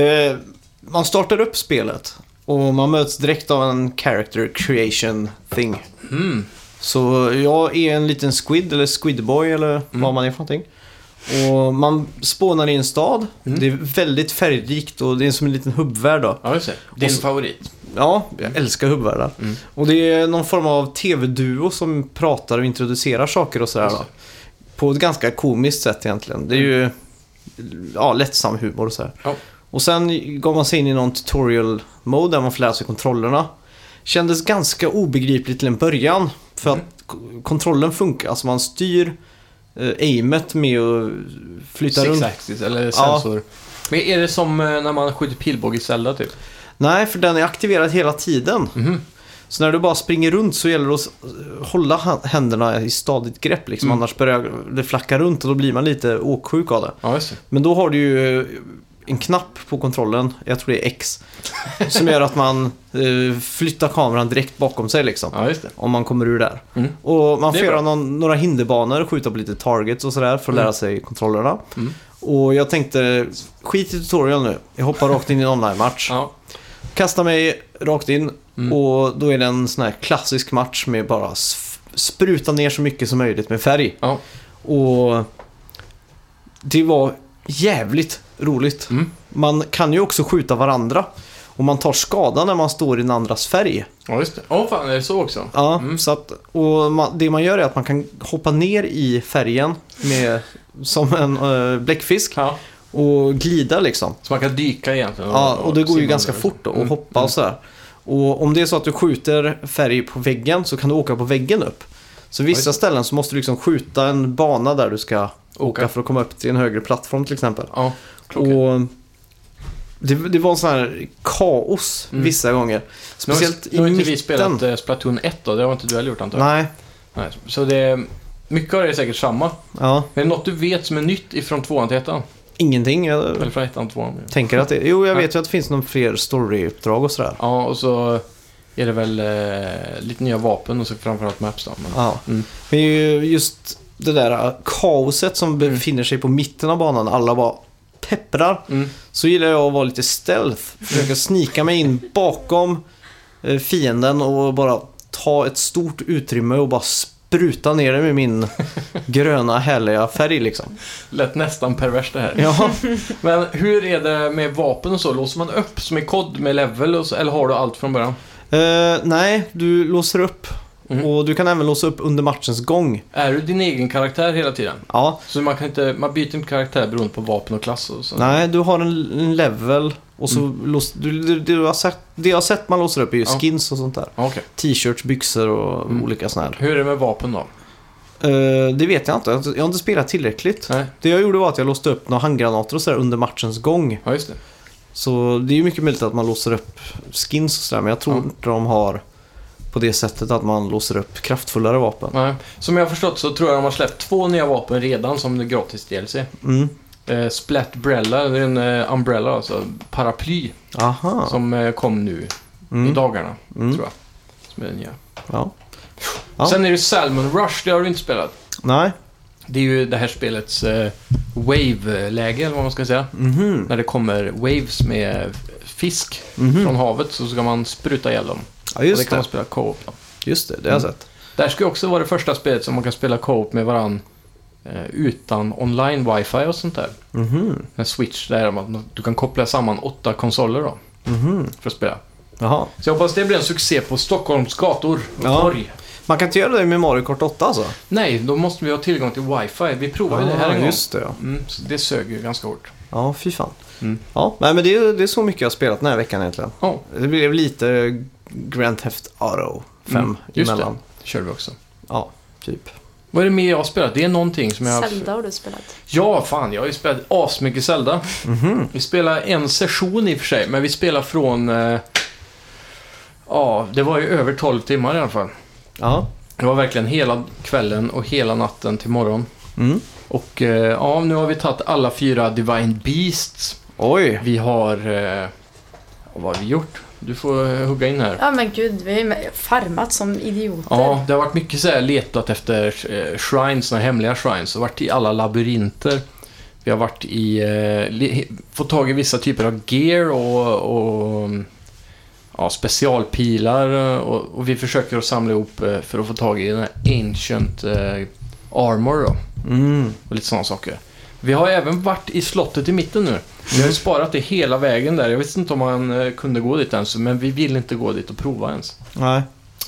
C: Eh, man startar upp spelet och man möts direkt av en character creation thing.
B: Mm.
C: Så jag är en liten squid eller squidboy eller
B: Mm.
C: vad man är för någonting. Och man spånar i en stad.
B: Mm.
C: Det är väldigt färgrikt och det är som en liten hubbvärld då.
B: Ja, just det. Din
C: Och så-
B: favorit.
C: Ja, jag älskar hubbvärldar.
B: Mm.
C: Och det är någon form av tv-duo som pratar och introducerar saker och sådär
B: Just
C: då. På ett ganska komiskt sätt egentligen. Det är ju ja, lättsam humor och sådär.
B: Ja.
C: Och sen gav man sig in i någon tutorial mode där man får lära sig kontrollerna. Kändes ganska obegripligt till en början. För
B: Mm.
C: att k- kontrollen funkar, alltså man styr eh, aimet med att flytta runt.
B: Six-axis eller sensor. Men är det som eh, när man skjuter pilbåge i Zelda typ?
C: Nej, för den är aktiverad hela tiden.
B: Mhm.
C: Så när du bara springer runt så gäller det att eh, hålla ha- händerna i stadigt grepp liksom.
B: Mm.
C: Annars börjar det flacka runt och då blir man lite åksjuk av det.
B: Ja, just det.
C: Men då har du ju eh, en knapp på kontrollen, jag tror det
B: <laughs>
C: är X, som gör att man eh, flyttar kameran direkt bakom sig liksom.
B: Ja, just det.
C: Om man kommer ur där.
B: Mm.
C: Och man
B: Det är
C: får
B: bra.
C: göra någon, några hinderbanor, skjuta på lite targets och sådär för att
B: Mm.
C: lära sig kontrollerna.
B: Mm.
C: Och jag tänkte, skit i tutorial nu. Jag hoppar rakt in i en online-match.
B: Ja.
C: Kastar mig rakt in
B: Mm.
C: och då är det en sån här klassisk match med bara s- spruta ner så mycket som möjligt med färg.
B: Ja.
C: Och det var jävligt roligt.
B: Mm.
C: Man kan ju också skjuta varandra och man tar skada när man står i den andras färg.
B: ja, just det. Åh fan, är det så också?
C: Ja,
B: Mm.
C: så att, och man, det man gör är att man kan hoppa ner i färgen med, som en äh, bläckfisk
B: Ja.
C: och glida liksom.
B: Så man kan dyka egentligen?
C: Ja, och det går ju
B: simma
C: ganska
B: där.
C: fort då, och
B: Mm.
C: hoppa och sådär. Och om det är så att du skjuter färg på väggen så kan du åka på väggen upp. Så vissa
B: Oj.
C: ställen så måste du liksom skjuta en bana där du ska åka
B: Åka.
C: för att komma upp till en högre plattform till exempel.
B: Ja, klockan.
C: Och eh, det, det var sån här kaos
B: Mm.
C: vissa gånger.
B: Nu har-
C: Speciellt
B: nu har
C: i
B: inte vi
C: mitten.
B: spelat eh, Splatoon 1 då, det har inte du heller gjort antar jag?
C: Nej,
B: Nej. Så det, mycket av det är säkert samma.
C: ja,
B: Men något du vet som är nytt ifrån tvåan till ettan?
C: ingenting. Jag
B: Eller från ettan till tvåan?
C: tänker att det Jo, jag
B: Nej.
C: vet ju att det finns några fler storyuppdrag och sådär.
B: Ja, och så är det väl eh, lite nya vapen och så framförallt maps då. Men...
C: Ja.
B: Mm.
C: Men ju- just det där äh, kaoset som befinner sig på mitten av banan, alla bara pepprar.
B: Mm.
C: Så gillar jag att vara lite stealth. Försöka snika mig in bakom eh, fienden och bara ta ett stort utrymme och bara spruta ner det med <laughs> min gröna härliga färg liksom.
B: Lät nästan perverst det här.
C: <laughs> Ja,
B: Men hur är det med vapen och så? Låser man upp som i kod med level och så, eller har du allt från början?
C: eh, nej, du låser upp.
B: Mm.
C: Och du kan även låsa upp under matchens gång.
B: Är du din egen karaktär hela tiden?
C: Ja,
B: Så man, kan inte, man byter inte karaktär beroende på vapen och klass och så?
C: Nej, du har en, en level och så lås, du, du, du har sett, det jag har sett man låser upp är ju
B: Mm. Ja.
C: skins och sånt där.
B: Ja, Okej.
C: T-shirts, byxor och
B: Mm.
C: olika såna här.
B: Hur är det med vapen då?
C: Eh, det vet jag inte. Jag har inte- jag har inte spelat tillräckligt.
B: Nej,
C: Det jag gjorde var att jag låste upp några handgranater och sådär under matchens gång.
B: ja just det.
C: Så det är ju mycket möjligt att man låser upp skins och sådär. Men jag tror
B: Ja.
C: inte de har på det sättet att man låser upp kraftfullare vapen.
B: Nej. Som jag har förstått så tror jag de har släppt två nya vapen redan som det är gratis DLC.
C: Mm.
B: Eh, Splatbrella, det är en eh, umbrella alltså, paraply,
C: Aha.
B: som eh, kom nu i
C: Mm.
B: dagarna,
C: Mm.
B: tror jag. Som är den nya.
C: Ja. Ja.
B: Sen är det Salmon Rush, det har du inte spelat.
C: Nej.
B: Det är ju det här spelets eh, wave-läge, eller vad man ska säga.
C: Mhm.
B: När det kommer waves med fisk
C: Mhm.
B: från havet så ska man spruta ihjäl dem.
C: Ja,
B: och det
C: just
B: kan man
C: det.
B: spela co-op. Då.
C: Just det, det har jag
B: Mm.
C: sett.
B: Det här ska ju också vara det första spelet som man kan spela co-op med varann eh, utan online wifi och sånt där.
C: Mhm.
B: En switch där man, du kan koppla samman åtta konsoler då
C: Mhm.
B: för att spela.
C: Jaha.
B: Så jag hoppas det blir en succé på Stockholms gator och
C: Ja.
B: torg.
C: Man kan inte göra det med Mario Kart 8 alltså?
B: Nej, då måste vi ha tillgång till wifi. Vi provade det här en gång.
C: Ah, just det ja.
B: Mm, så det sög ju ganska hårt.
C: Ja, fy fan.
B: Mm.
C: Ja, nej, men det är, det är så mycket jag har spelat den här veckan egentligen.
B: Ja,
C: Det blev lite Grand Theft Auto 5
B: Mm, just
C: emellan.
B: det körde vi också.
C: Ja, typ.
B: Vad är det mer jag har spelat? Det är någonting som jag...
A: Zelda har du spelat.
B: Ja, fan. Jag har ju spelat asmycket Zelda.
C: Mhm.
B: Vi spelar en session i och för sig, men vi spelar från... eh, Ja, det var ju över 12 timmar i alla fall.
C: Ja.
B: Det var verkligen hela kvällen och hela natten till morgon.
C: Mm.
B: Och eh, ja, nu har vi tagit alla fyra Divine Beasts.
C: Oj.
B: Vi har... eh, Vad har vi gjort? Du får eh, hugga in här.
A: Ja men gud, vi har ju med- farmat som idioter.
B: Ja, det har varit mycket så här letat efter eh, shrines, såna här hemliga shrines. Och varit i alla labyrinter. Vi har varit i, eh, li- fått tag i vissa typer av gear och, och ja, specialpilar eh, och, och vi försöker att samla ihop eh, för att få tag i den här Ancient eh, Armor då,
C: Mm.
B: och lite sådana saker. Vi har även varit i slottet i mitten nu. Vi har
C: Mm.
B: ju sparat det hela vägen där. Jag visste inte om man eh, kunde gå dit ens, men vi ville inte gå dit och prova ens.
C: Nej.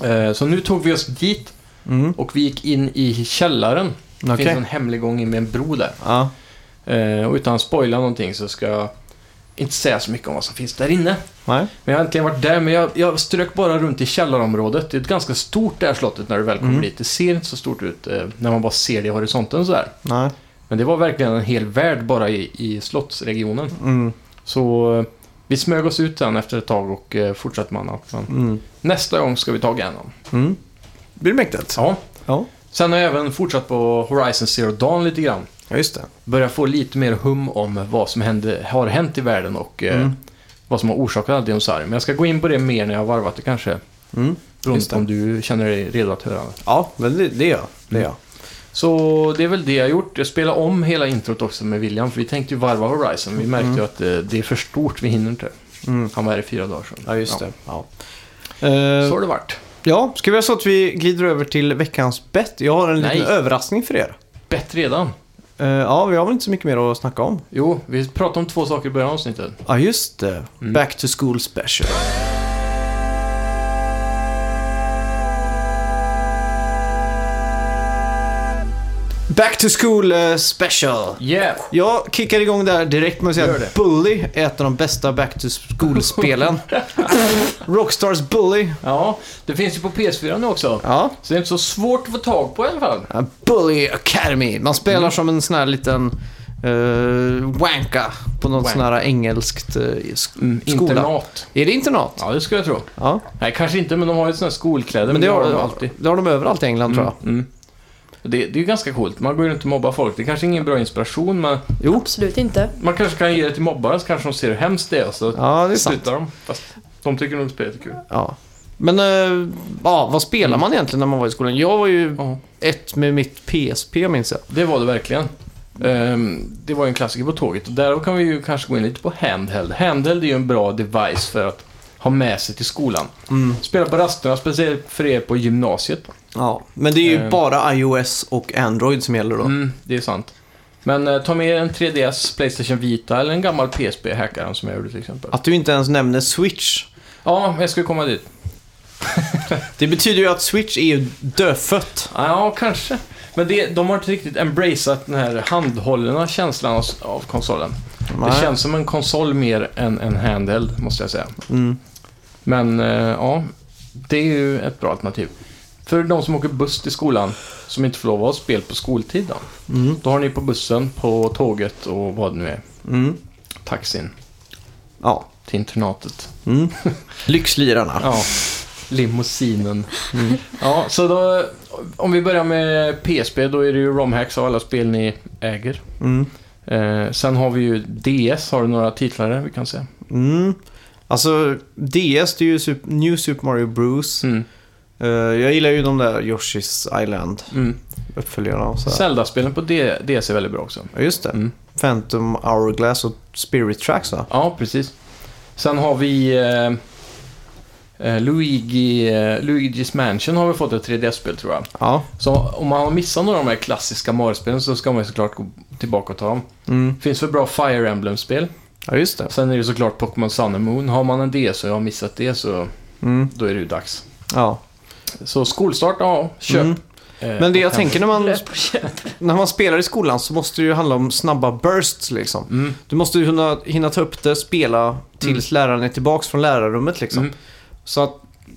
B: Eh, Så nu tog vi oss dit
C: Mm.
B: och vi gick in i källaren. Det
C: Okej.
B: finns en hemlig gång in med en bro där.
C: Ja.
B: Eh, Och utan att spoila någonting så ska jag inte säga så mycket om vad som finns där inne.
C: Nej.
B: Men jag har äntligen varit där, men jag, jag strök bara runt i källarområdet. Det är ett ganska stort det här slottet när du väl kommer
C: Mm.
B: dit. Det ser inte så stort ut eh, när man bara ser det i horisonten sådär.
C: Nej.
B: Men det var verkligen en hel värld bara i, i slottsregionen.
C: Mm.
B: Så eh, vi smög oss ut sen efter ett tag och eh, fortsatte man att man...
C: Mm.
B: Nästa gång ska vi ta igenom.
C: Mm. Blir det mäktigt?
B: Ja.
C: Ja.
B: Sen har jag även fortsatt på Horizon Zero Dawn lite grann.
C: Ja, just det.
B: Börjar få lite mer hum om vad som hände, har hänt i världen och eh,
C: Mm.
B: vad som har orsakat alla dinosaurier. Men jag ska gå in på det mer när jag har varvat det kanske.
C: Mm.
B: Beroende
C: Just
B: på
C: det.
B: om du känner dig redo att höra. det.
C: Ja, men det, det gör jag. Det gör jag.
B: Mm. Så det är väl det jag har gjort. Jag spelar om hela introt också med William, för vi tänkte ju varva Horizon. Vi märkte ju att eh, det är för stort, vi hinner inte.
C: Mm.
B: Han var här i fyra dagar sedan.
C: Ja, just det. Ja.
B: Så
C: Eh,
B: har det varit.
C: ja, ska vi göra så att vi glider över till veckans bett? Jag har en liten
B: Nej.
C: överraskning för er.
B: Bättre redan.
C: Eh, ja, vi har väl inte så mycket mer att snacka om.
B: Jo, vi pratade om två saker i början av avsnittet.
C: Ja, just det. Back to school special. Back to school eh, special.
B: Yeah!
C: Jag kickar igång där direkt med att säga
B: Gör
C: att Bully är ett av de bästa Back to school-spelen. Rockstars Bully.
B: Ja, det finns ju på PS4 nu också.
C: Ja.
B: Så det är inte så svårt att få tag på i alla fall.
C: A Bully Academy. Man spelar som en sån här liten eh, wanka på något
B: Wanka.
C: sån här engelskt eh, sk-
B: Mm,
C: skola.
B: Internat.
C: Är det internat?
B: Ja, det skulle jag tro.
C: Ja.
B: Nej, kanske inte, men de har ju såna här skolkläder.
C: Men det har,
B: de
C: de, det har de överallt i England tror jag.
B: Mm. Det, det är ju ganska coolt. Man går ju runt och mobbar folk. Det är kanske ingen bra inspiration, men
C: Jo.
A: Absolut inte.
B: man kanske kan ge det till mobbare så kanske de ser hur hemskt det är och så
C: Ja, det är sant.
B: slutar de. Fast de tycker nog spelet är kul.
C: Ja. Men eh, ja, vad spelar man egentligen när man var i skolan? Jag var ju
B: Ja,
C: ett med mitt PSP minns jag.
B: det var det verkligen. Ehm, det var ju en klassiker på tåget och där kan vi ju kanske gå in lite på handheld. Handheld är ju en bra device för att ha med sig till skolan.
C: Mm.
B: Spela på rasterna, speciellt för er på gymnasiet.
C: Ja, men det är ju
B: Eh.
C: bara iOS och Android som gäller då.
B: Mm, det är sant. Men eh, ta med en 3DS, Playstation Vita eller en gammal PSP, hackaren som jag gjorde till exempel.
C: Att du inte ens nämner Switch.
B: Ja, jag skulle komma dit.
C: Det betyder ju att Switch är ju dödfött.
B: Ja, kanske. Men det, de har inte riktigt embraceat den här handhållna känslan av, av konsolen. Det
C: Nej.
B: känns som en konsol mer än en handheld, måste jag säga.
C: Mm.
B: Men eh, ja, det är ju ett bra alternativ. För de som åker buss till skolan, som inte får lov att ha spel på skoltid då.
C: Mm.
B: Då har ni på bussen, på tåget och vad det nu är.
C: Mm.
B: Taxin
C: Ja.
B: till internatet.
C: Mm. Lyxlirarna.
B: Ja, limousinen. Ja, så då, om vi börjar med PSP, då är det ju romhacks av alla spel ni äger.
C: Mm.
B: Eh, sen har vi ju DS, har du några titlar där vi kan se?
C: Mm. Alltså, DS, det är ju Sup- New Super Mario Bros.
B: Mm.
C: Eh, jag gillar ju de där Yoshi's Island,
B: Mm.
C: uppföljarna och sådär.
B: Zelda-spelen på D- DS är väldigt bra också.
C: Ja, just det.
B: Mm.
C: Phantom Hourglass och Spirit Tracks va?
B: Ja, precis. Sen har vi eh, eh, Luigi, eh, Luigi's Mansion har vi fått ett 3DS-spel tror jag.
C: Ja.
B: Så om man har missat några av de här klassiska Mario-spelen så ska man ju såklart gå tillbaka och ta dem.
C: Mm.
B: Finns för bra Fire Emblem-spel.
C: Ja, just det.
B: Sen är det såklart Pokémon Sun and Moon. Har man en DS och jag har missat det så
C: Mm.
B: då är det ju dags.
C: Ja.
B: Så skolstart, ja, köp.
C: Mm.
B: Eh,
C: Men det jag
B: och
C: tänker när man,
A: Löp och köp.
C: när man spelar i skolan så måste det ju handla om snabba bursts liksom.
B: Mm.
C: Du måste ju hinna, hinna ta upp det, spela tills läraren är tillbaka från lärarrummet liksom.
B: Mm.
C: Så att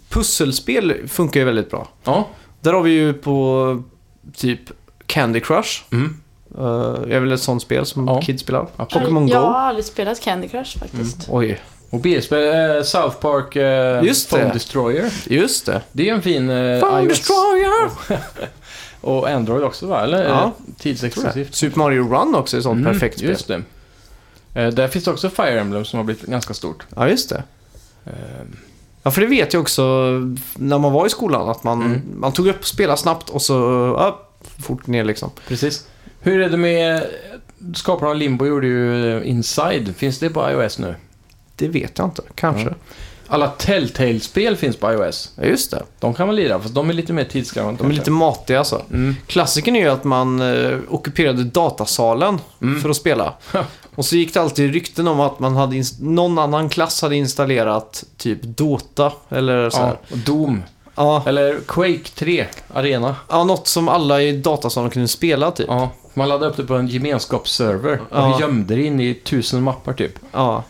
C: pusselspel funkar ju väldigt bra.
B: Ja.
C: Där har vi ju på typ Candy Crush.
B: Mm.
C: Eh, är väl ett sånt spel som
B: Ja.
C: kids spelar.
B: Absolut.
C: Pokémon
A: Jag
C: Go. Mm.
A: har aldrig spelat Candy Crush faktiskt.
C: Oj,
B: Och bilspel, eh, South Park eh,
C: Just
B: Phone
C: det.
B: Destroyer.
C: just det.
B: Det är ju en fin eh,
C: Phone
B: iOS
C: Destroyer!
B: och Android också va? Eller?
C: Ja.
B: Eh, Tidsexklusivt.
C: Super Mario Run också är ett sånt
B: Mm,
C: perfekt spel.
B: Just det. Eh, där finns det också Fire Emblem som har blivit ganska stort.
C: Ja, just det.
B: Eh,
C: Ehm, Ja, för det vet jag också när man var i skolan att man,
B: Mm.
C: man tog upp, spelade snabbt och så ja, fort ner liksom.
B: precis. Hur är det med eh, skaparna av Limbo gjorde ju eh, Inside. Finns det på iOS nu?
C: Det vet jag inte. Kanske.
B: Alla Telltale-spel finns på iOS.
C: Ja, just det.
B: De kan man lira, fast de är lite mer tidskrävande.
C: De är lite
B: kanske.
C: matiga alltså.
B: Mm.
C: Klassikern är ju att man eh, ockuperade datasalen för att spela. Och så gick det alltid rykten om att man hade ins- någon annan klass hade installerat typ Dota eller så
B: Ja,
C: här.
B: och Doom.
C: Ja. Ja.
B: Eller Quake 3 Arena.
C: något som alla i datasalen kunde spela typ. Ja.
B: Ja, man laddade upp det på en gemenskapsserver och
C: Ja.
B: gömde det in i tusen mappar typ.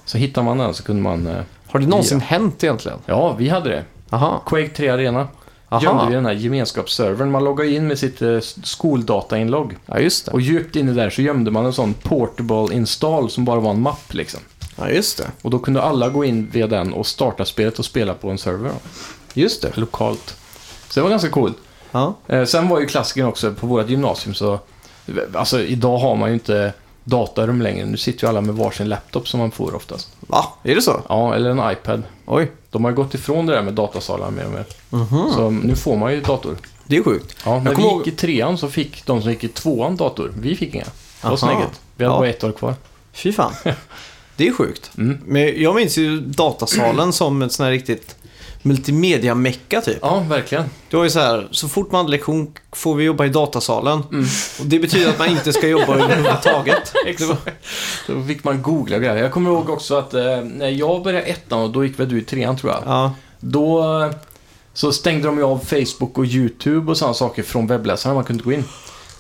B: Så hittar man den så kunde man... eh,
C: Har det någonsin hänt egentligen?
B: Ja, vi hade det.
C: Aha.
B: Quake 3 Arena.
C: Aha.
B: Gömde vi den här gemenskapsservern. Man loggade in med sitt eh, skoldatainlogg.
C: Ja, just det.
B: Och djupt inne där så gömde man en sån portable install som bara var en mapp liksom.
C: Ja, just det.
B: Och då kunde alla gå in via den och starta spelet och spela på en server då,
C: Just det.
B: lokalt. Så det var ganska coolt.
C: Ja.
B: Eh, sen var ju klassiken också på vårt gymnasium så... Alltså idag har man ju inte datarum längre. Nu sitter ju alla med varsin laptop som man får oftast.
C: Va? Är det så?
B: Ja, eller en iPad.
C: Oj.
B: De har ju gått ifrån det där med datasalar mer och mer. Så nu får man ju dator.
C: Det är sjukt.
B: Ja, när
C: Mhm. Jag
B: vi
C: kommer
B: gick i trean så fick de som gick i tvåan dator. Vi fick inga. Det var
C: Aha.
B: snyggt. Vi hade
C: Ja.
B: bara ett år kvar.
C: Fy <laughs> fan. Det är sjukt.
B: Mm.
C: Men jag minns ju <clears throat> datasalen som ett sån här riktigt multimedia-mecka typ.
B: Ja, verkligen.
C: Det var ju så här, så fort man hade lektion får vi jobba i datasalen. Och det betyder att man inte ska jobba <laughs> överhuvudtaget.
B: Exakt. Då fick man googla och grejer. Jag kommer ihåg också att eh, när jag började ettan och då gick väl du i trean tror jag.
C: Ja,
B: Då eh, så stängde de ju av Facebook och YouTube och sådana saker från webbläsaren. Man kunde inte gå in.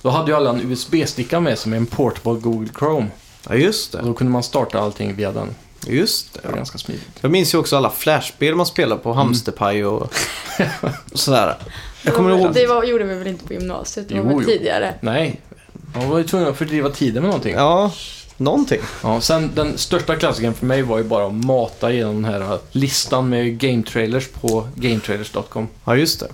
B: Då hade ju alla en USB-sticka med som är en portable Google Chrome.
C: ja just
B: Och
C: det.
B: då kunde man starta allting via den.
C: Just det.
B: Det var
C: Ja. Mm.
B: ganska smidigt.
C: Jag minns ju också alla flashspel man spelade på, Hamsterpaj <laughs> och, och sådär. Jag kommer ihåg...
A: Det var, gjorde vi väl inte på gymnasiet, det var
B: Jo,
A: väl
B: jo.
A: tidigare.
B: Nej, man var ju tvungen att fördriva tiden med någonting.
C: Ja, någonting.
B: Ja, sen den största klassikern för mig var ju bara att mata igenom den här listan med game trailers på gametrailers.com.
C: Ja, just det.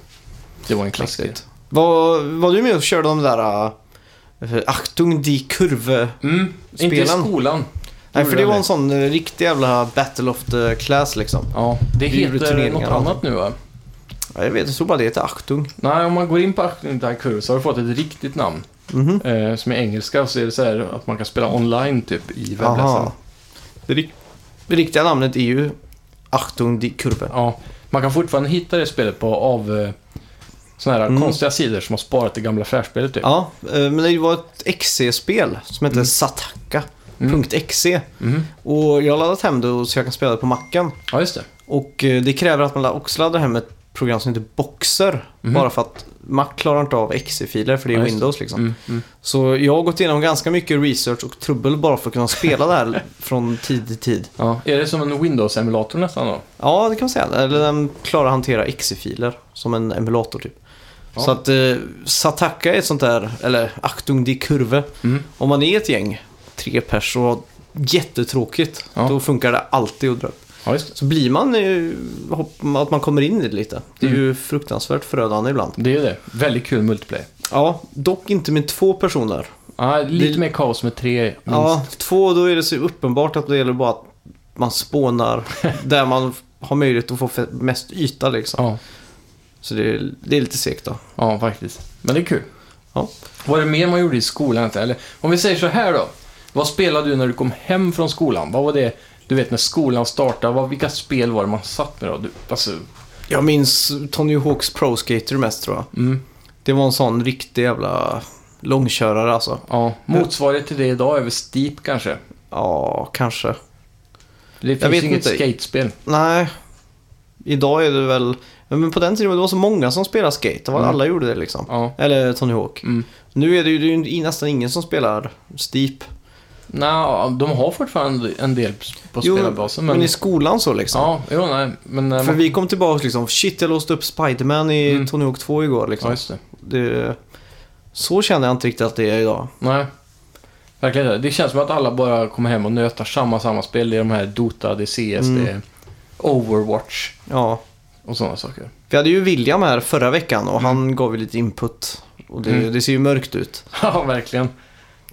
B: Det var en klassiker.
C: Var, var du med och körde de där äh, Achtung die Kurve?
B: Mm, inte i
C: Spelen.
B: skolan.
C: Nej,
B: Gjorde
C: för det
B: jag
C: var en sån eh, riktig jävla Battle of the Class liksom.
B: Ja, det
C: Vi gjorde
B: heter
C: turneringar
B: något
C: och
B: annat nu va?
C: Ja, jag vet, jag tror bara det heter Achtung.
B: Nej, om man går in på Acting Kurv så har du fått ett riktigt namn.
C: Mhm.
B: Eh, som är engelska så är det så här att man kan spela online typ i
C: Aha.
B: webbläsaren.
C: Det, rik- det riktiga namnet är ju Achtung die Kurve.
B: Ja, man kan fortfarande hitta det spelet på av eh, såna här
C: Mm.
B: konstiga sidor som har sparat det gamla flashspelet typ.
C: Ja, eh, men det var ett XC-spel som hette Sataka.exe.
B: Mm.
C: Och jag har laddat hem det och- så jag kan spela det på macken.
B: Ja, just det.
C: Och eh, det kräver att man la- också laddar hem ett program som heter Boxer.
B: Mhm.
C: Bara för att Mac klarar inte av XC-filer för det är
B: Ja, just det.
C: Windows liksom.
B: Mm, mm.
C: Så jag har gått igenom ganska mycket research och trubbel bara för att kunna spela
B: <laughs>
C: det här från tid till tid.
B: Ja. Är det som en Windows-emulator nästan då?
C: Ja, det kan man säga. Eller den klarar att hantera exe-filer som en emulator typ.
B: Ja.
C: Så att eh, Sataka är ett sånt där, eller Achtung die Kurve.
B: Mm.
C: Om man är ett gäng, tre pers och har jättetråkigt,
B: Ja.
C: då funkar det alltid att dra upp.
B: Ja, just det.
C: Så blir man ju, hopp- att man kommer in i det lite. Det är
B: Mm.
C: ju fruktansvärt förödande ibland.
B: Det är ju det. Väldigt kul multiplayer.
C: Ja, dock inte med två personer.
B: Ja, lite
C: Det-
B: mer kaos med tre minst.
C: Ja, två, då är det så uppenbart att det gäller bara att
B: <laughs>
C: man spånar där man har möjlighet att få fe- mest yta liksom.
B: Ja,
C: Så det är, det är lite segt då.
B: ja, faktiskt. Men det är kul.
C: Ja.
B: Vad är det mer man gjorde i skolan? egentligen? Eller om vi säger så här då. Vad spelade du när du kom hem från skolan? Vad var det, du vet när skolan startade, vad, vilka spel var det man satt med då? Du, alltså,
C: Jag minns Tony Hawks Pro Skater mest tror jag.
B: mm,
C: Det var en sån riktig jävla långkörare alltså.
B: ja, motsvarighet till det idag är väl Steep kanske?
C: Ja, kanske.
B: Det finns
C: vet
B: ju inget
C: inte.
B: skatespel.
C: Nej, idag är det väl... Ja, Men på den tiden var det var så många som spelade skate. Det var
B: Mm.
C: Alla gjorde det liksom.
B: Ja.
C: Eller Tony Hawk.
B: Mm.
C: Nu är det ju, det är ju nästan ingen som spelar Steep.
B: Nå, de har fortfarande en del på spelarbasen.
C: men...
B: Men,
C: i skolan så liksom.
B: ja, jo, nej, men... eh, när
C: För
B: man-
C: vi kom tillbaka liksom, shit jag låste upp Spiderman i
B: Mm.
C: Tony Hawk 2 igår
B: ja,
C: liksom.
B: just det.
C: det, så känner jag inte riktigt att det är idag.
B: Nej. Verkligen inte. Det känns som att alla bara kommer hem och nötar samma, samma spel. Det är de här Dota, det är CS,
C: Mm.
B: det är Overwatch
C: Ja,
B: och sådana saker. <laughs>
C: Vi hade ju William här förra veckan och han gav ju lite input. Och det,
B: Mm.
C: det ser ju mörkt ut.
B: Ja, verkligen.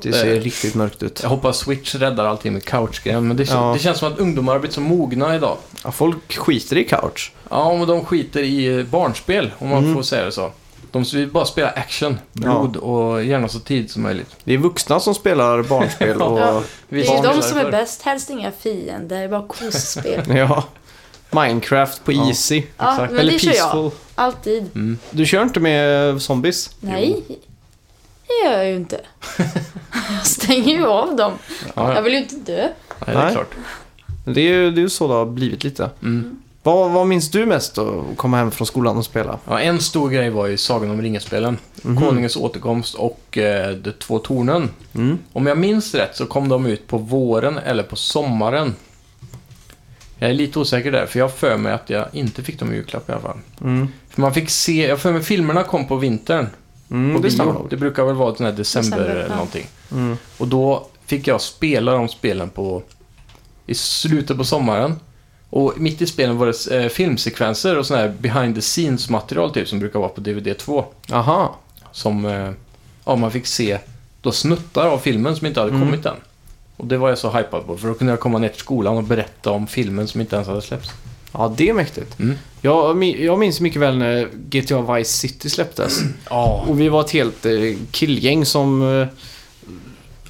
C: Det ser
B: Eh.
C: riktigt mörkt ut.
B: Jag hoppas Switch räddar allting med couchgrejen, men det, kän-
C: Ja.
B: det känns som att ungdomar har blivit så mogna idag.
C: Ja, folk skiter i couch. Mm.
B: Ja, men de skiter i eh, barnspel, om man får säga det så. De vill bara spela action, blod och gärna så tid som möjligt.
C: Det är vuxna som
A: <laughs>
C: spelar barnspel och...
A: Ja. Det är ju
B: Barn
A: de
B: gillar
A: som
B: det
A: är
B: för.
A: bäst. Helst inga fiender, bara kosspel.
C: <laughs> Ja. Minecraft på
B: Ja.
C: Easy.
A: ja,
B: Exakt.
A: men det kör jag. Alltid.
B: Mm.
C: Du kör inte med zombies?
A: Nej, det gör jag ju inte. Jag stänger ju av dem.
B: Ja,
A: Jag
B: ja.
A: vill ju inte dö.
B: Nej, det är
C: Nej.
B: klart.
C: Det är ju det är ju så det har blivit lite.
B: Mm.
C: Vad, vad minns du mest då, att komma hem från skolan och spela?
B: Ja, en stor grej var ju Sagan om ringen-spelen.
C: Mhm.
B: Konungens återkomst och eh, De två tornen.
C: Mm.
B: Om jag minns rätt så kom de ut på våren eller på sommaren. Jag är lite osäker där, för jag har för mig att jag inte fick dem i julklapp i alla fall.
C: Mm.
B: För man fick se, jag har för mig filmerna kom på vintern. på
C: Mm, det
B: bio.
C: stämmer nog.
B: det brukar väl vara sån här december,
A: December, ja.
B: eller någonting.
C: Mm.
B: Och då fick jag spela de spelen på i slutet på sommaren. Och mitt i spelen var det eh, filmsekvenser och sån här behind the scenes material typ som brukar vara på DVD2.
C: Aha.
B: Som eh, ja, man fick se då snuttar av filmen som inte hade
C: Mm.
B: kommit än. Och det var jag så hypad på för då kunde jag komma ner till skolan och berätta om filmen som inte ens hade släppts.
C: Ja, det är mäktigt.
B: Mm.
C: Jag, min- jag minns mycket väl när GTA Vice City släpptes.
B: <clears throat> Ja,
C: Och vi var ett helt eh, killgäng som eh,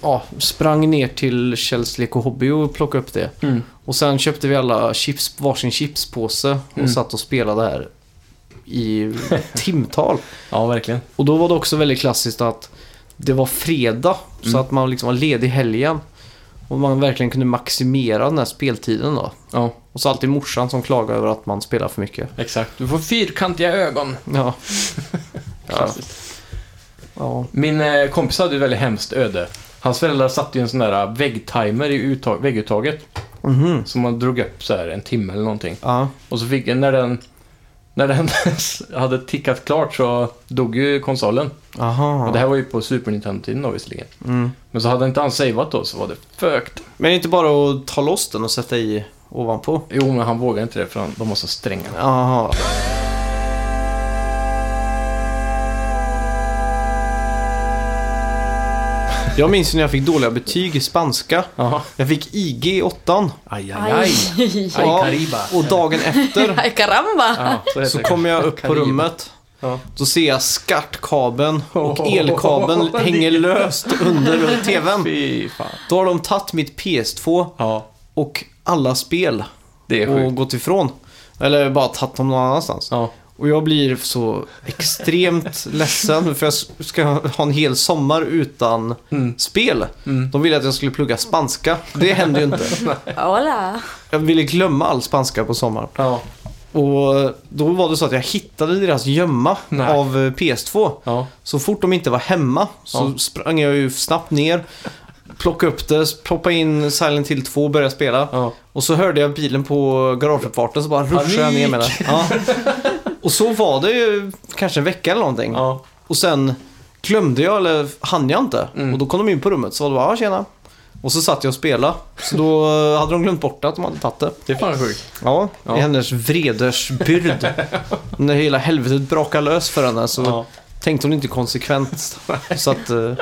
C: ja, sprang ner till Kjells Lek och Hobby och plockade upp det.
B: mm.
C: Och sen köpte vi alla chips, varsin chipspåse och
B: Mm.
C: satt och spelade här
B: <laughs>
C: i timtal.
B: ja verkligen.
C: Och då var det också väldigt klassiskt att det var fredag så
B: Mm.
C: att man liksom var ledig helgen. Och man verkligen kunde maximera den här speltiden då.
B: Ja,
C: Och så alltid morsan som klagade över att man spelar för mycket.
B: exakt. Du får fyrkantiga ögon.
C: Ja. <laughs> ja.
B: Klassiskt.
C: ja.
B: Min eh, kompis hade ett väldigt hemskt öde. Hans föräldrar satte ju en sån där eh, väggtimer i uttag, vägguttaget.
C: Mhm.
B: Som man drog upp så här en timme eller någonting.
C: Ja.
B: Och så fick när den, när den <laughs> hade tickat klart så dog ju konsolen.
C: Aha.
B: Och det här var ju på Super Nintendo-tiden då visserligen.
C: Mm.
B: Men så hade inte han savat då så var det fucked.
C: Men inte bara att ta loss den och sätta i ovanpå?
B: Jo, men han vågade inte det för han, de var så stränga.
C: Jaha. Jag minns ju när jag fick dåliga betyg i spanska.
B: Jaha.
C: Jag fick IG i åttan.
B: Aj, aj, aj.
A: Aj.
B: Aj,
C: Ja,
B: Kariba.
C: Och
B: <laughs>
C: dagen efter
A: Aj, caramba.
B: Ja, så heter
C: så
B: det.
C: kommer jag upp på
B: Kariba.
C: rummet.
B: Ja. Oh.
C: Då ser jag skartkabeln och
B: <laughs>
C: elkabeln hänger löst under tvn.
B: Fy fan.
C: Då har de tagit mitt PS2
B: Ja,
C: och alla spel
B: det är
C: och
B: sjukt.
C: gått ifrån. Eller bara tagit dem någon annanstans.
B: Ja.
C: Och jag blir så
B: <laughs>
C: extremt ledsen för jag ska ha en hel sommar utan
B: Mm.
C: spel.
B: Mm.
C: De ville att jag skulle plugga spanska. Det hände
B: <laughs>
C: ju inte.
A: Hola.
C: Jag ville glömma all spanska på sommaren.
B: Ja.
C: Och då var det så att jag hittade deras gömma
B: Nej.
C: av eh, PS2.
B: Ja.
C: Så fort de inte var hemma så
B: Ja.
C: sprang jag ju snabbt ner, plockade upp det, ploppade in Silent Hill 2 och började spela.
B: ja.
C: Och så hörde jag bilen på garageuppfarten så bara ruschade jag ner med den. Ja. Och så var det ju kanske en vecka eller någonting.
B: ja.
C: Och sen glömde jag eller hann jag inte.
B: Mm.
C: Och då kom de in på rummet så var det bara, ja tjena. Och så satt jag och spelade. Så då hade de glömt bort att de hade tagit det.
B: Det är fan sjukt.
C: Ja,
B: Ja.
C: i
B: <laughs>
C: hennes vredesbyrd. När hela helvetet brakade lös för henne så
B: Ja.
C: tänkte hon
B: <laughs>
C: inte konsekvent. så att eh,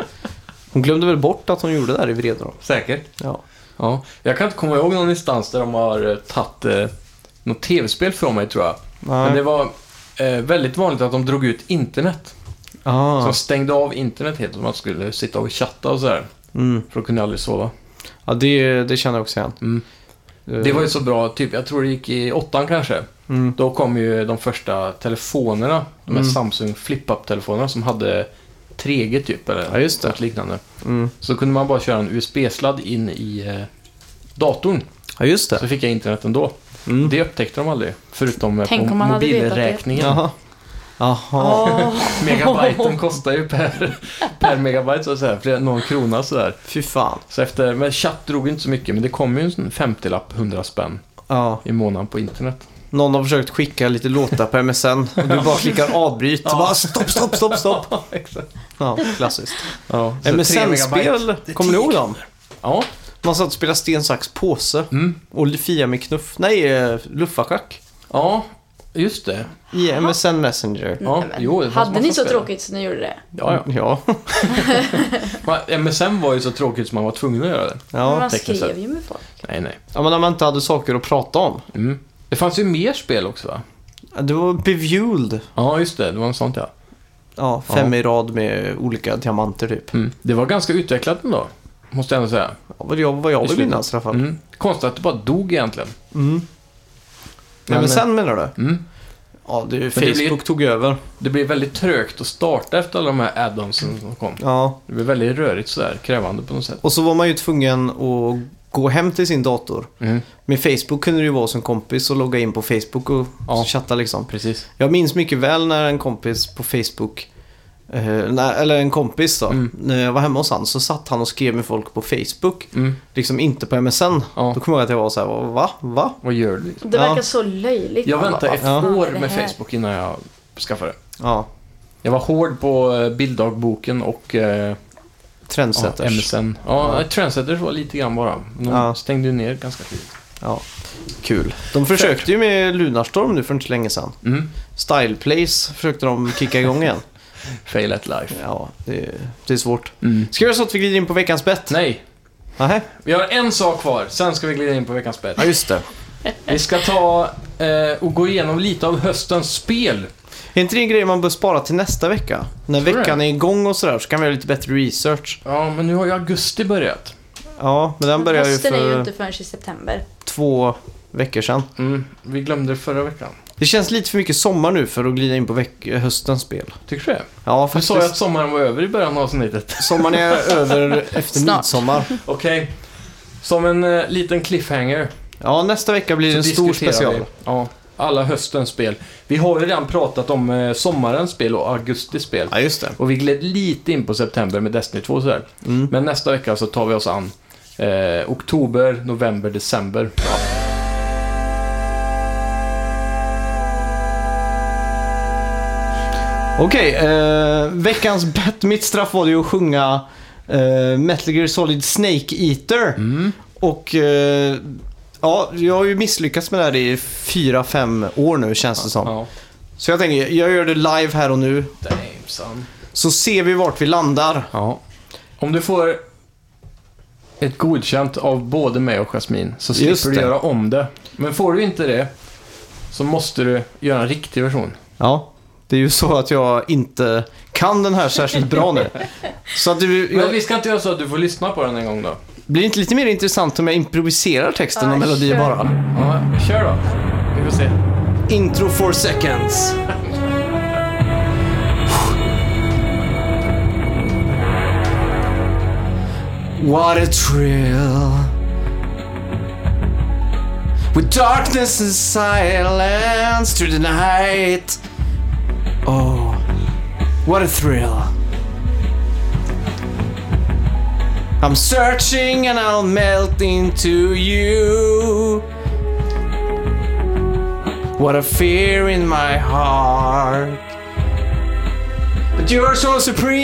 C: hon glömde väl bort att hon gjorde det där i vrede då.
B: Säkert.
C: Ja.
B: Ja. Jag kan inte komma ihåg någon instans där de har eh, tagit eh, något tv-spel från mig tror jag. Men det var eh, väldigt vanligt att de drog ut internet. Så
C: ah.
B: de stängde av internet helt och man skulle sitta och chatta och sådär.
C: mm.
B: För då kunde jag aldrig sova.
C: ja det, det känner jag också igen.
B: Mm.
C: Eh,
B: Det var ju så bra, typ, jag tror det gick i åttan kanske.
C: mm.
B: Då kom ju de första telefonerna. De här
C: Mm.
B: Samsung flip-up-telefonerna som hade 3G typ eller
C: Ja, just det.
B: något liknande.
C: Mm.
B: Så kunde man bara köra en USB-sladd in i eh, datorn.
C: Ja, just
B: Så
C: det.
B: fick jag internet ändå.
C: Mm.
B: Det upptäckte de aldrig. Förutom eh,
A: Tänk
B: på
A: om man hade vetat det.
B: mobilräkningen.
C: Jaha. Jaha.
A: Åh.
B: <laughs>
A: <laughs>
B: Megabyten kostar ju per, per megabyte så att säga. Flera- Någon krona sådär.
C: Fy fan.
B: Så efter, men chatt drog inte så mycket. Men det kom ju en sån 50-lapp, 100 spänn
C: Ja.
B: i månaden på internet.
C: Någon har försökt skicka lite låtar på MSN och du bara klickar avbryt.
B: Ja.
C: Bara stopp, stopp,
B: <laughs>
C: stopp, stopp.
B: Exakt.
C: Ja, klassiskt.
B: Ja, så tre megabyte.
C: MSN-spel,
B: Det är
C: kommer ni
B: tio
C: ihåg dem?
B: Ja.
C: Man satt och spelade sten, sax, påse
B: Mm.
C: och Fia med knuff. Nej, eh, luffarschack.
B: ja, just det.
C: I MSN Messenger.
B: Ja,
A: Nej, men.
B: jo, det fanns
A: Hade ni
B: massa
A: så
B: spel.
A: tråkigt så ni gjorde det?
B: Ja,
C: ja. <laughs>
B: ja. Men MSN var ju så tråkigt som man var tvungen att göra det.
A: Men
C: ja.
A: man
B: tekniskt
A: skrev ju med folk.
B: Nej, nej.
C: ja men när man inte hade saker att prata om.
B: Mm. Det fanns ju mer spel också va?
C: Det var Bevuled.
B: Ja, just det. Det var en sånt ja.
C: ja, fem i rad med olika diamanter typ.
B: Mm. Det var ganska utvecklat ändå, måste jag ändå säga.
C: Ja, vad jag, vad jag
B: I
C: vill
B: slutet.
C: minnas i alla fall.
B: Mm. Konstigt att det bara dog egentligen.
C: Mm. Nej, men
B: Men,
C: sen menar du?
B: Mm.
C: Ja, det,
B: det blir-
C: Facebook tog över.
B: Det blev väldigt trögt att starta efter alla de här add-onsen som kom.
C: Ja.
B: Det blev väldigt rörigt sådär, krävande på något sätt.
C: Och så var man ju tvungen att gå hem till sin dator.
B: Mm.
C: Med Facebook kunde det ju vara som kompis och logga in på Facebook och
B: Ja.
C: chatta liksom.
B: Precis.
C: Jag minns mycket väl när en kompis på Facebook, eh, när, eller en kompis då,
B: Mm.
C: när jag var hemma hos han så satt han och skrev med folk på Facebook.
B: Mm.
C: Liksom inte på MSN.
B: Ja.
C: Då kommer jag ihåg att jag var så här, va? Va?
B: Vad gör du? liksom?
A: Det
C: Ja.
A: verkar så löjligt.
B: Jag väntade ett
C: Ja.
A: Vad
B: år
A: är det
B: med
A: här?
B: Facebook innan jag skaffade det.
C: Ja,
B: Jag var hård på eh, bilddagboken och eh, ja,
C: trendsetters.
B: MSN. Ja,
C: Ja.
B: Trendsetters var lite grann bara. De
C: Ja.
B: stängde ju ner ganska tidigt.
C: Ja, kul. De försökte ju med Lunarstorm nu för inte så länge sedan.
B: Mm.
C: Styleplace försökte de kicka
B: <laughs>
C: igång igen.
B: Fail at life.
C: Ja, det, det är svårt.
B: Mm.
C: Ska vi göra så att vi glider in på veckans bett?
B: Nej,
C: Nej.
B: vi har en sak kvar. Sen ska vi glida in på veckans bett.
C: Ja, just det.
B: Vi ska ta eh, och gå igenom lite av höstens spel.
C: Är inte det en grej man bör spara till nästa vecka? När
B: Tror du
C: veckan
B: det?
C: är igång och sådär så kan vi göra lite bättre research.
B: Ja, men nu har ju augusti börjat.
C: Ja, men den börjar ju
A: Hösten är ju
C: för
A: inte förrän i september.
C: två veckor sedan.
B: Mm, vi glömde det förra veckan.
C: Det känns lite för mycket sommar nu för att glida in på veck- höstens spel.
B: Tycker du det?
C: Ja,
B: Du
C: faktiskt.
B: sa ju att sommaren var över i början av avsnittet.
C: Sommaren är <laughs> över efter
A: Snart.
C: midsommar.
B: Okej. Som en eh, liten cliffhanger.
C: Ja, nästa vecka blir det en
B: så
C: stor
B: diskuterar
C: special.
B: Vi, ja, alla höstens spel. Vi har ju redan pratat om eh, sommarens spel och augustis spel.
C: Ja, just det.
B: Och vi gled lite in på september med Destiny 2 och sådär.
C: Mm.
B: Men nästa vecka så tar vi oss an eh, oktober, november, december.
C: Okej, eh, veckans bett. Mitt straff var ju att sjunga eh, Metal Gear Solid Snake Eater. Och eh, ja, jag har ju misslyckats med det här i fyra fem år nu känns det som.
B: Ja.
C: Så jag tänker, jag gör det live här och nu.
B: Damn son.
C: Så ser vi vart vi landar.
B: Ja. Om du får ett godkänt av både mig och Jasmin så
C: Just
B: slipper du
C: det.
B: göra om det. Men får du inte det så måste du göra en riktig version.
C: Ja, det är ju så att jag inte kan den här särskilt bra nu. Så att det,
B: Men
C: jag,
B: vi ska inte göra så att du får lyssna på den en gång då.
C: blir det inte lite mer intressant om jag improviserar texten och
A: Ja,
C: melodier
A: kör.
C: bara?
B: Ja, kör då. Vi får se.
C: Intro 4 seconds. What a thrill. With darkness and silence through the night. Oh, what a thrill. I'm searching and I'll melt into you. What a fear in my heart. But you're so supreme.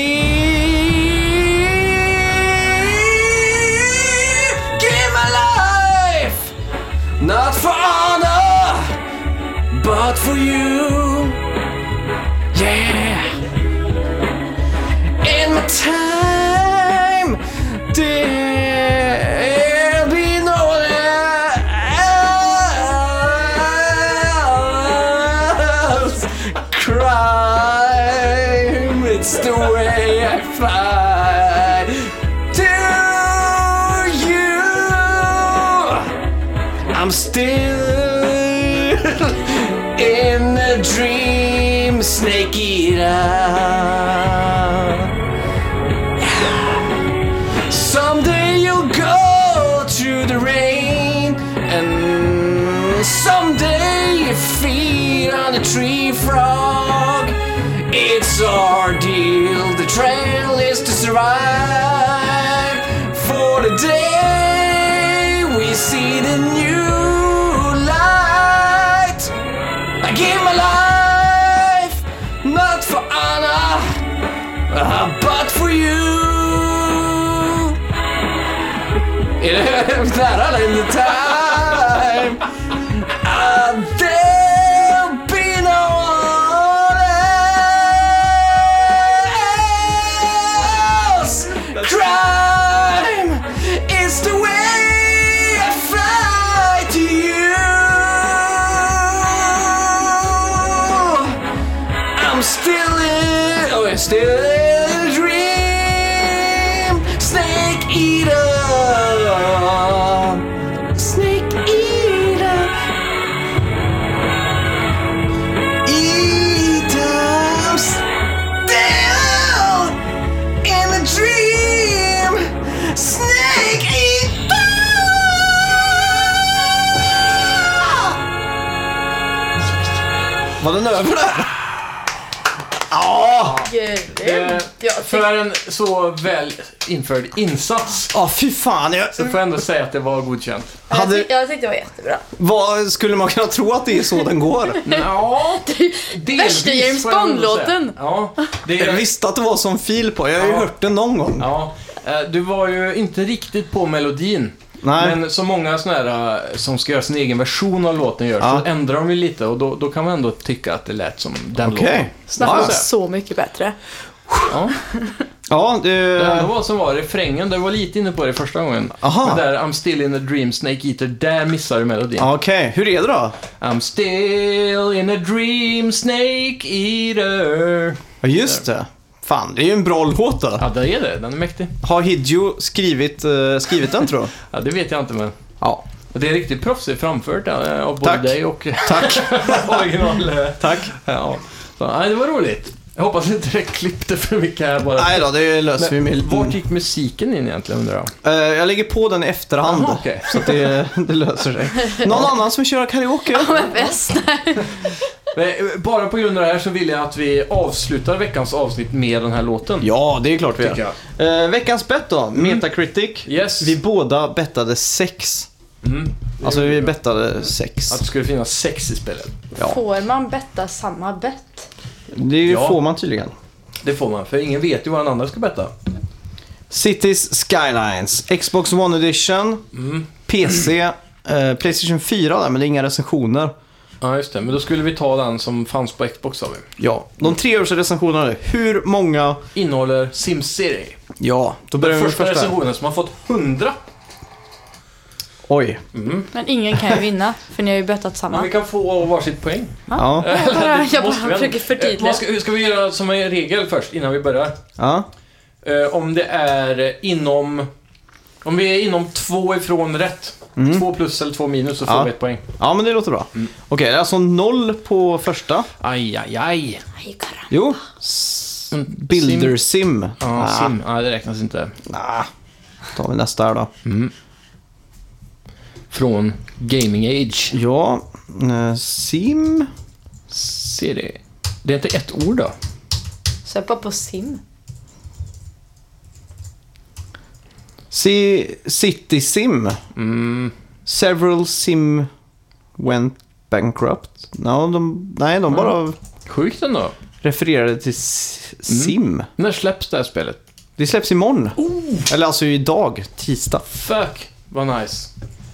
C: Give my life, not for honor, but for you. Yeah. In my time, there'll be no else. Crime, it's the way I fly to you. I'm still in a dream, snake eater. Someday you'll go through the rain, and someday your feet on a tree frog. It's our deal, the trail is to survive. For the day we see the new light. I give my life, not for honor. Uh, but for you It helps that all in the time uh, There'll be no one else Crime is the way I fly to you I'm still in... Oh, still a dream. Snake eater. Snake eater. Eat us down in a dream. Snake eater. Var den över där? Ja!
B: Eh,
A: Grymt! Ja, tyck-
B: för en så väl införd insats
C: Ja, fy fan. Jag,
B: så får jag ändå säga att det
A: <laughs>
B: var godkänt.
A: jag
C: hade,
A: tyck- Jag tyckte det var jättebra.
C: vad, skulle man kunna tro att det är så
B: <laughs>
C: den går?
B: Ja,
A: Värsta James Bond-låten!
B: Ja,
A: <laughs>
B: det
C: Jag
B: är,
C: visste att det var som fil på. Jag har ju
B: Ja.
C: hört den någon gång.
B: ja, eh, du var ju inte riktigt på melodin.
C: Nej.
B: Men som många såna här eh, som ska göra sin egen version av låten gör,
C: Ja.
B: så ändrar de ju lite och då, då kan man ändå tycka att det lät som den låten.
C: Okej.
A: Snabbt
C: Ja,
A: var så mycket bättre.
B: Ja.
C: Ja,
B: Det enda
C: det...
B: var som var refrängen, du var lite inne på det första gången.
C: Aha.
B: Men där I'm still in a dream, Snake Eater, där missar du melodin.
C: Ja, Okej, hur är det då?
B: I'm still in a dream, Snake Eater.
C: Ja, just det. Fan, det är ju en bra låt då.
B: Ja, det är det. Den är mäktig.
C: Har Hideo skrivit, eh, skrivit
B: <laughs>
C: den tror du?
B: Ja, det vet jag inte, men
C: Ja.
B: det är riktigt proffsigt framfört eh, av både
C: Tack.
B: dig och <laughs>
C: Tack.
B: original... eh,
C: Tack.
B: <laughs> Ja. Så, nej, det var roligt. Jag hoppas inte det klippte för mycket här bara.
C: Nej då, det löser vi med
B: Men, vart
C: lite...
B: gick musiken in egentligen undrar jag?
C: Eh, Jag lägger på den i efterhand.
B: Jaha, okej.
C: <laughs> Så att det, det löser sig. Någon annan som vill köra karaoke?
A: Ja, men bäst.
B: Men, eh, Bara på grund av det här så vill jag att vi avslutar veckans avsnitt med den här låten.
C: Ja, det är klart vi
B: tycker
C: gör.
B: jag. Mm.
C: Eh, veckans bett då, Metacritic.
B: Yes.
C: Vi båda bettade 6.
B: Mm.
C: Alltså vi bettade 6.
B: Att det skulle finnas sex i spelet.
C: Ja.
A: Får man betta samma bett?
C: Det är ju-
B: Ja.
C: får man tydligen.
B: Det får man, för ingen vet ju vad den andra ska betta.
C: Cities Skylines, Xbox One Edition,
B: Mm.
C: PC, eh, Playstation 4 där, men det är inga recensioner.
B: Ja, just det. Men då skulle vi ta den som fanns på Xbox sa vi.
C: Ja, de tre års recensionerna nu. Hur många?
B: Innehåller SimCity.
C: Ja, då börjar
B: Den
C: vi med
B: första
C: första.
B: recensionen som har fått 100.
C: Oj.
A: Men ingen kan ju vinna, för ni har ju bettat
B: Men vi
A: samma.
B: kan få varsitt poäng.
C: Ja.
A: Jag bara, jag
B: Måste vi
A: bara
B: ändå-
A: försöker
B: Eh,
A: förtydliga.
B: vad Ska, ska vi göra som en regel först innan vi börjar?
C: ja.
B: Eh, om det är inom... Om vi är inom två ifrån rätt. Två plus eller två minus så får
C: Ja.
B: vi ett poäng.
C: Ja, men det låter bra.
B: Mm.
C: Okej, det är alltså noll på första.
B: Aj, aj, aj.
A: Aj, karra.
C: Jo.
B: Mm,
C: Builder Sim.
B: Ja,
C: Ah,
B: sim. Ja, det räknas inte.
C: nah. tar vi nästa här då.
B: Från Gaming Age.
C: Ja, eh, Sim.
B: Ser det. Det är inte ett ord då?
A: Sök bara på sim.
C: C- City Sim.
B: Mm.
C: Several Sim went bankrupt. No, de, nej, de bara
B: Sjukt ändå.
C: refererade till s- Sim.
B: När släpps det här spelet?
C: Det släpps imorgon.
B: Oh.
C: Eller alltså idag, tisdag.
B: Fuck, vad nice.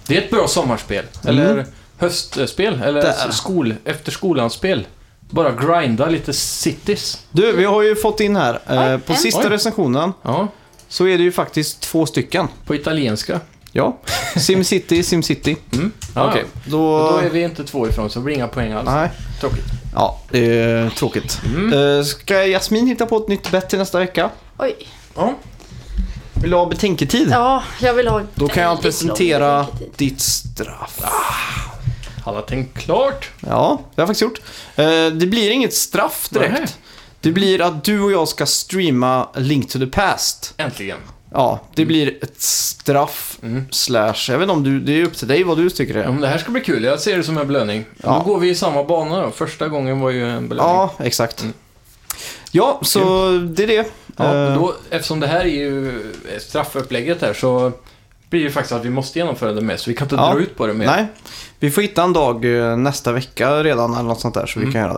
B: Det är ett bra sommarspel. Eller höstspel. Eller
C: Mm. Där.
B: skol, efter skolan-spel. Bara grinda lite cities.
C: Du, vi har ju fått in här. eh,
A: Oj,
C: på
A: en.
C: sista
B: Oj.
C: recensionen
B: Ja,
C: så är det ju faktiskt två stycken.
B: på italienska.
C: Ja. Simcity, Simcity.
B: Mm.
C: Ja,
B: Ja,
C: Okej,
B: ja.
C: då...
B: Och Då är vi inte två ifrån, så det blir inga poäng alls.
C: Nej.
B: Tråkigt.
C: Ja, det är tråkigt. Eh, ska Jasmin hitta på ett nytt bett till nästa vecka?
A: Oj.
B: Ja.
C: Vill du ha betänketid?
A: Ja, jag vill ha...
C: Då kan jag
A: väldigt lång
C: presentera
A: betänketid.
C: ditt straff.
B: Alla tänkt klart.
C: Ja, det har jag faktiskt gjort. Eh, Det blir inget straff direkt.
B: Nähä.
C: Det blir att du och jag ska streama Link to the Past.
B: Äntligen.
C: Ja, det blir ett straff
B: Mm.
C: slash... Jag vet inte om du... Det är upp till dig vad du tycker det
B: Ja,
C: är.
B: men det här ska bli kul. Jag ser det som en belöning.
C: Ja.
B: Då går vi i samma bana då. Första gången var ju en belöning.
C: Ja, exakt. Ja, så det är det.
B: Mm. Ja,
C: Eh,
B: och då, eftersom det här är ju straffupplägget här så blir det faktiskt att vi måste genomföra det med. Så vi kan inte
C: Ja.
B: dra ut på det mer.
C: Nej, vi får hitta en dag eh, nästa vecka redan eller något sånt där så vi
B: Mm.
C: kan göra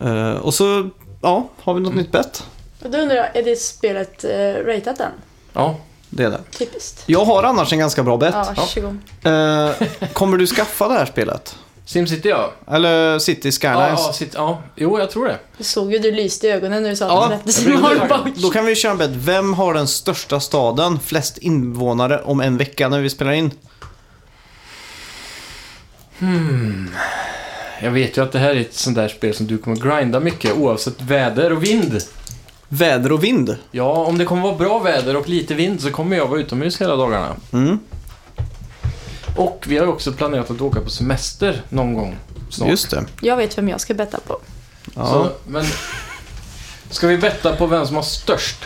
C: det. Eh, och så, ja, har vi något
B: Mm.
C: nytt bett?
A: Och då undrar jag, är det spelet eh, ratat än?
B: Ja.
C: Det är det.
A: Typiskt.
C: Jag har annars en ganska bra bett.
A: Ja, varsågod.
C: Eh, kommer du skaffa det här spelet?
B: Simcity ja.
C: Eller City
B: Ja,
C: Skylines?
B: ja, sitt, ja, jo jag tror det.
A: Du såg ju, du lyste i ögonen när du sa
C: Ja,
A: att du släppte sin
B: blir lite
A: morgonbok.
C: Då kan vi köra en bett. Vem har den största staden, flest invånare om en vecka när vi spelar in?
B: Jag vet ju att det här är ett sånt där spel som du kommer grinda mycket oavsett väder och vind.
C: väder och vind.
B: Ja, om det kommer vara bra väder och lite vind så kommer jag vara utomhus hela dagarna.
C: Mm.
B: Och vi har också planerat att åka på semester någon gång snart.
C: Just det.
A: Jag vet vem jag ska betta på.
C: Ja.
B: Så, men ska vi betta på vem som har störst?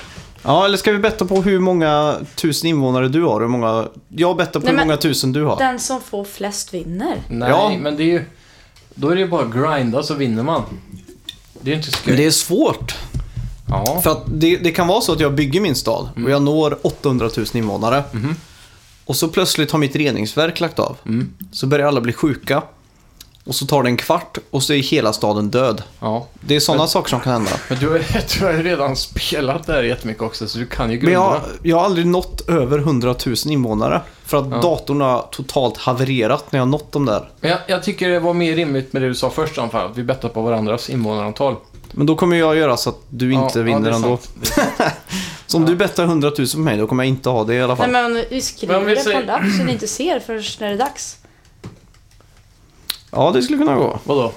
C: ja, eller ska vi betta på hur många tusen invånare du har? Hur många... Jag bettar på
A: Nej,
C: hur
A: men-
C: många tusen du har.
A: Den som får flest vinner.
B: Nej,
C: Ja.
B: men det är ju... Då är det ju bara att grinda så vinner man. Det är ju inte skoj.
C: Men det är svårt.
B: Ja. Mm.
C: För att det, det kan vara så att jag bygger min stad och jag når 800 000 invånare.
B: Mhm.
C: Och så plötsligt har mitt reningsverk lagt av.
B: Mm.
C: Så börjar alla bli sjuka. Och så tar det en kvart och så är hela staden död.
B: ja.
C: Det är sådana saker som kan hända.
B: Men du har, ju- du har <laughs> ju redan spelat det här jättemycket också, så du kan ju
C: Men
B: grunderna.
C: jag, jag har aldrig nått över 100 000 invånare. För att datorn har totalt havererat när jag har nått dem där.
B: Men jag, jag tycker det var mer rimligt med det du sa först i alla fall. att Vi bettar på varandras invånarantal.
C: Men då kommer jag göra så att du inte
B: ja,
C: vinner
B: det är
C: ändå.
B: sant. Det är
C: <laughs>
B: sant.
C: Så om du bettar 100 000 på mig, då kommer jag inte ha det i alla
A: Nej
C: fall.
A: men vi
B: Men
A: skriver
B: om vi
A: det på
B: säger-
A: en lapp så ni inte ser förrän när det är dags.
C: Ja, det skulle kunna gå.
B: Vadå?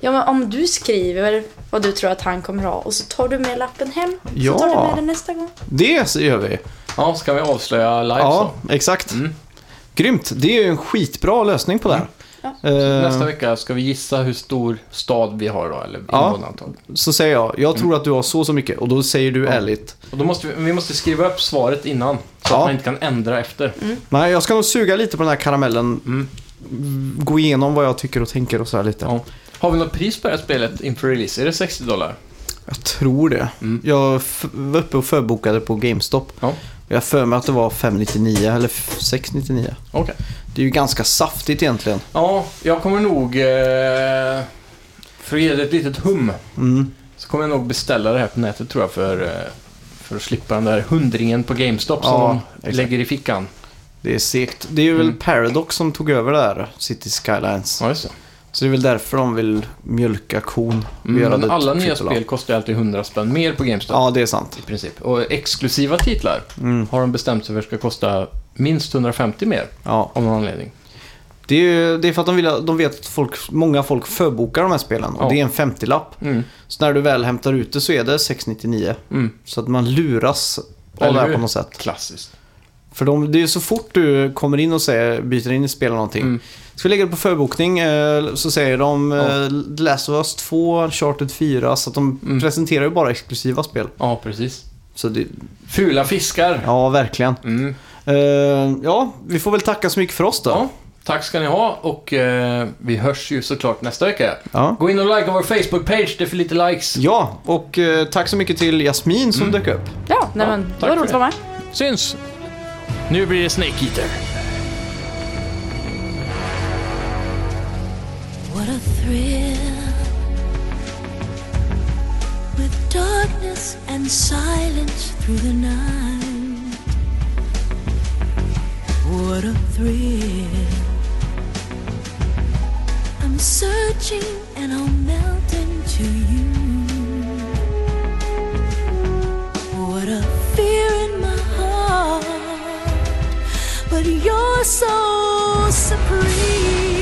A: Ja men om du skriver vad du tror att han kommer ha och så tar du med lappen hem.
C: Ja.
A: Så tar du med den nästa gång.
C: Det gör vi.
B: Ja, ska vi avslöja live
C: Ja, exakt.
B: Mm.
C: Grymt. Det är ju en skitbra lösning på det här.
A: Mm.
B: så?
C: Eh,
B: Nästa vecka ska vi gissa hur stor stad vi har då, eller
C: Ja.
B: invånarantal.
C: så säger jag, jag tror att du har så så mycket och då säger du ärligt.
B: Och då måste vi, vi måste skriva upp svaret innan, så
C: Ja.
B: att man inte kan ändra efter.
C: Nej, jag ska nog suga lite på den här karamellen. Gå igenom vad jag tycker och tänker och sådär lite.
B: Mm. Ja. Har vi något pris på det här spelet inför release? Är det 60 dollar?
C: Jag tror det.
B: Mm.
C: Jag f- var uppe och förbokade på GameStop.
B: Ja.
C: Jag har för mig att det var 599 eller 699.
B: Okej.
C: Det är ju ganska saftigt egentligen.
B: Ja, jag kommer nog... Eh, för att ge det ett litet hum,
C: Mm.
B: så kommer jag nog beställa det här på nätet tror jag för, eh, för att slippa den där hundringen på GameStop som
C: Ja,
B: de
C: exakt.
B: lägger i fickan.
C: Det är segt. Det är ju väl
B: Mm.
C: Paradox som tog över det här, City Skylines.
B: Ja, just det.
C: Så det är väl därför de vill mjölka kon och göra
B: Mm, Men
C: det
B: alla
C: till
B: nya
C: AAA.
B: spel kostar ju alltid 100 spänn mer på GameStop.
C: Ja, det är sant.
B: I princip. Och exklusiva titlar
C: Mm.
B: har de bestämt sig för ska kosta minst 150 mer
C: Ja.
B: av någon anledning.
C: Det är, ju, det är för att de, vill, de vet att folk, många folk förbokar de här spelen och
B: Ja.
C: det är en 50-lapp.
B: Mm.
C: Så när du väl hämtar ut det så är det 699.
B: Mm.
C: Så att man luras av
B: Eller
C: det här
B: hur?
C: på något sätt.
B: Klassiskt.
C: För de, det är ju så fort du kommer in och säger, byter in i spel eller någonting.
B: Mm.
C: Ska vi lägga det på förbokning eh, så säger de
B: Ja.
C: ja. Last of Us 2, Uncharted 4. Så att de
B: Mm.
C: presenterar ju bara exklusiva spel.
B: Ja, precis.
C: Så det,
B: Fula fiskar.
C: ja, verkligen.
B: Mm.
C: Eh, ja, vi får väl tacka så mycket för oss då.
B: Ja, tack ska ni ha och eh, vi hörs ju såklart nästa vecka.
C: Ja.
B: Gå in och likea vår Facebook-page, det är för lite likes.
C: Ja, och eh, tack så mycket till Jasmin
B: Mm.
C: som dök upp.
A: Ja, nej, men,
B: tack
A: det var
B: för
A: roligt
B: det.
A: att vara med.
B: Syns! Nu blir det Snake Eater.
D: What a thrill with darkness and silence through the night. What a thrill. I'm searching and I'll melt into you. What a fear in my heart, but you're so supreme.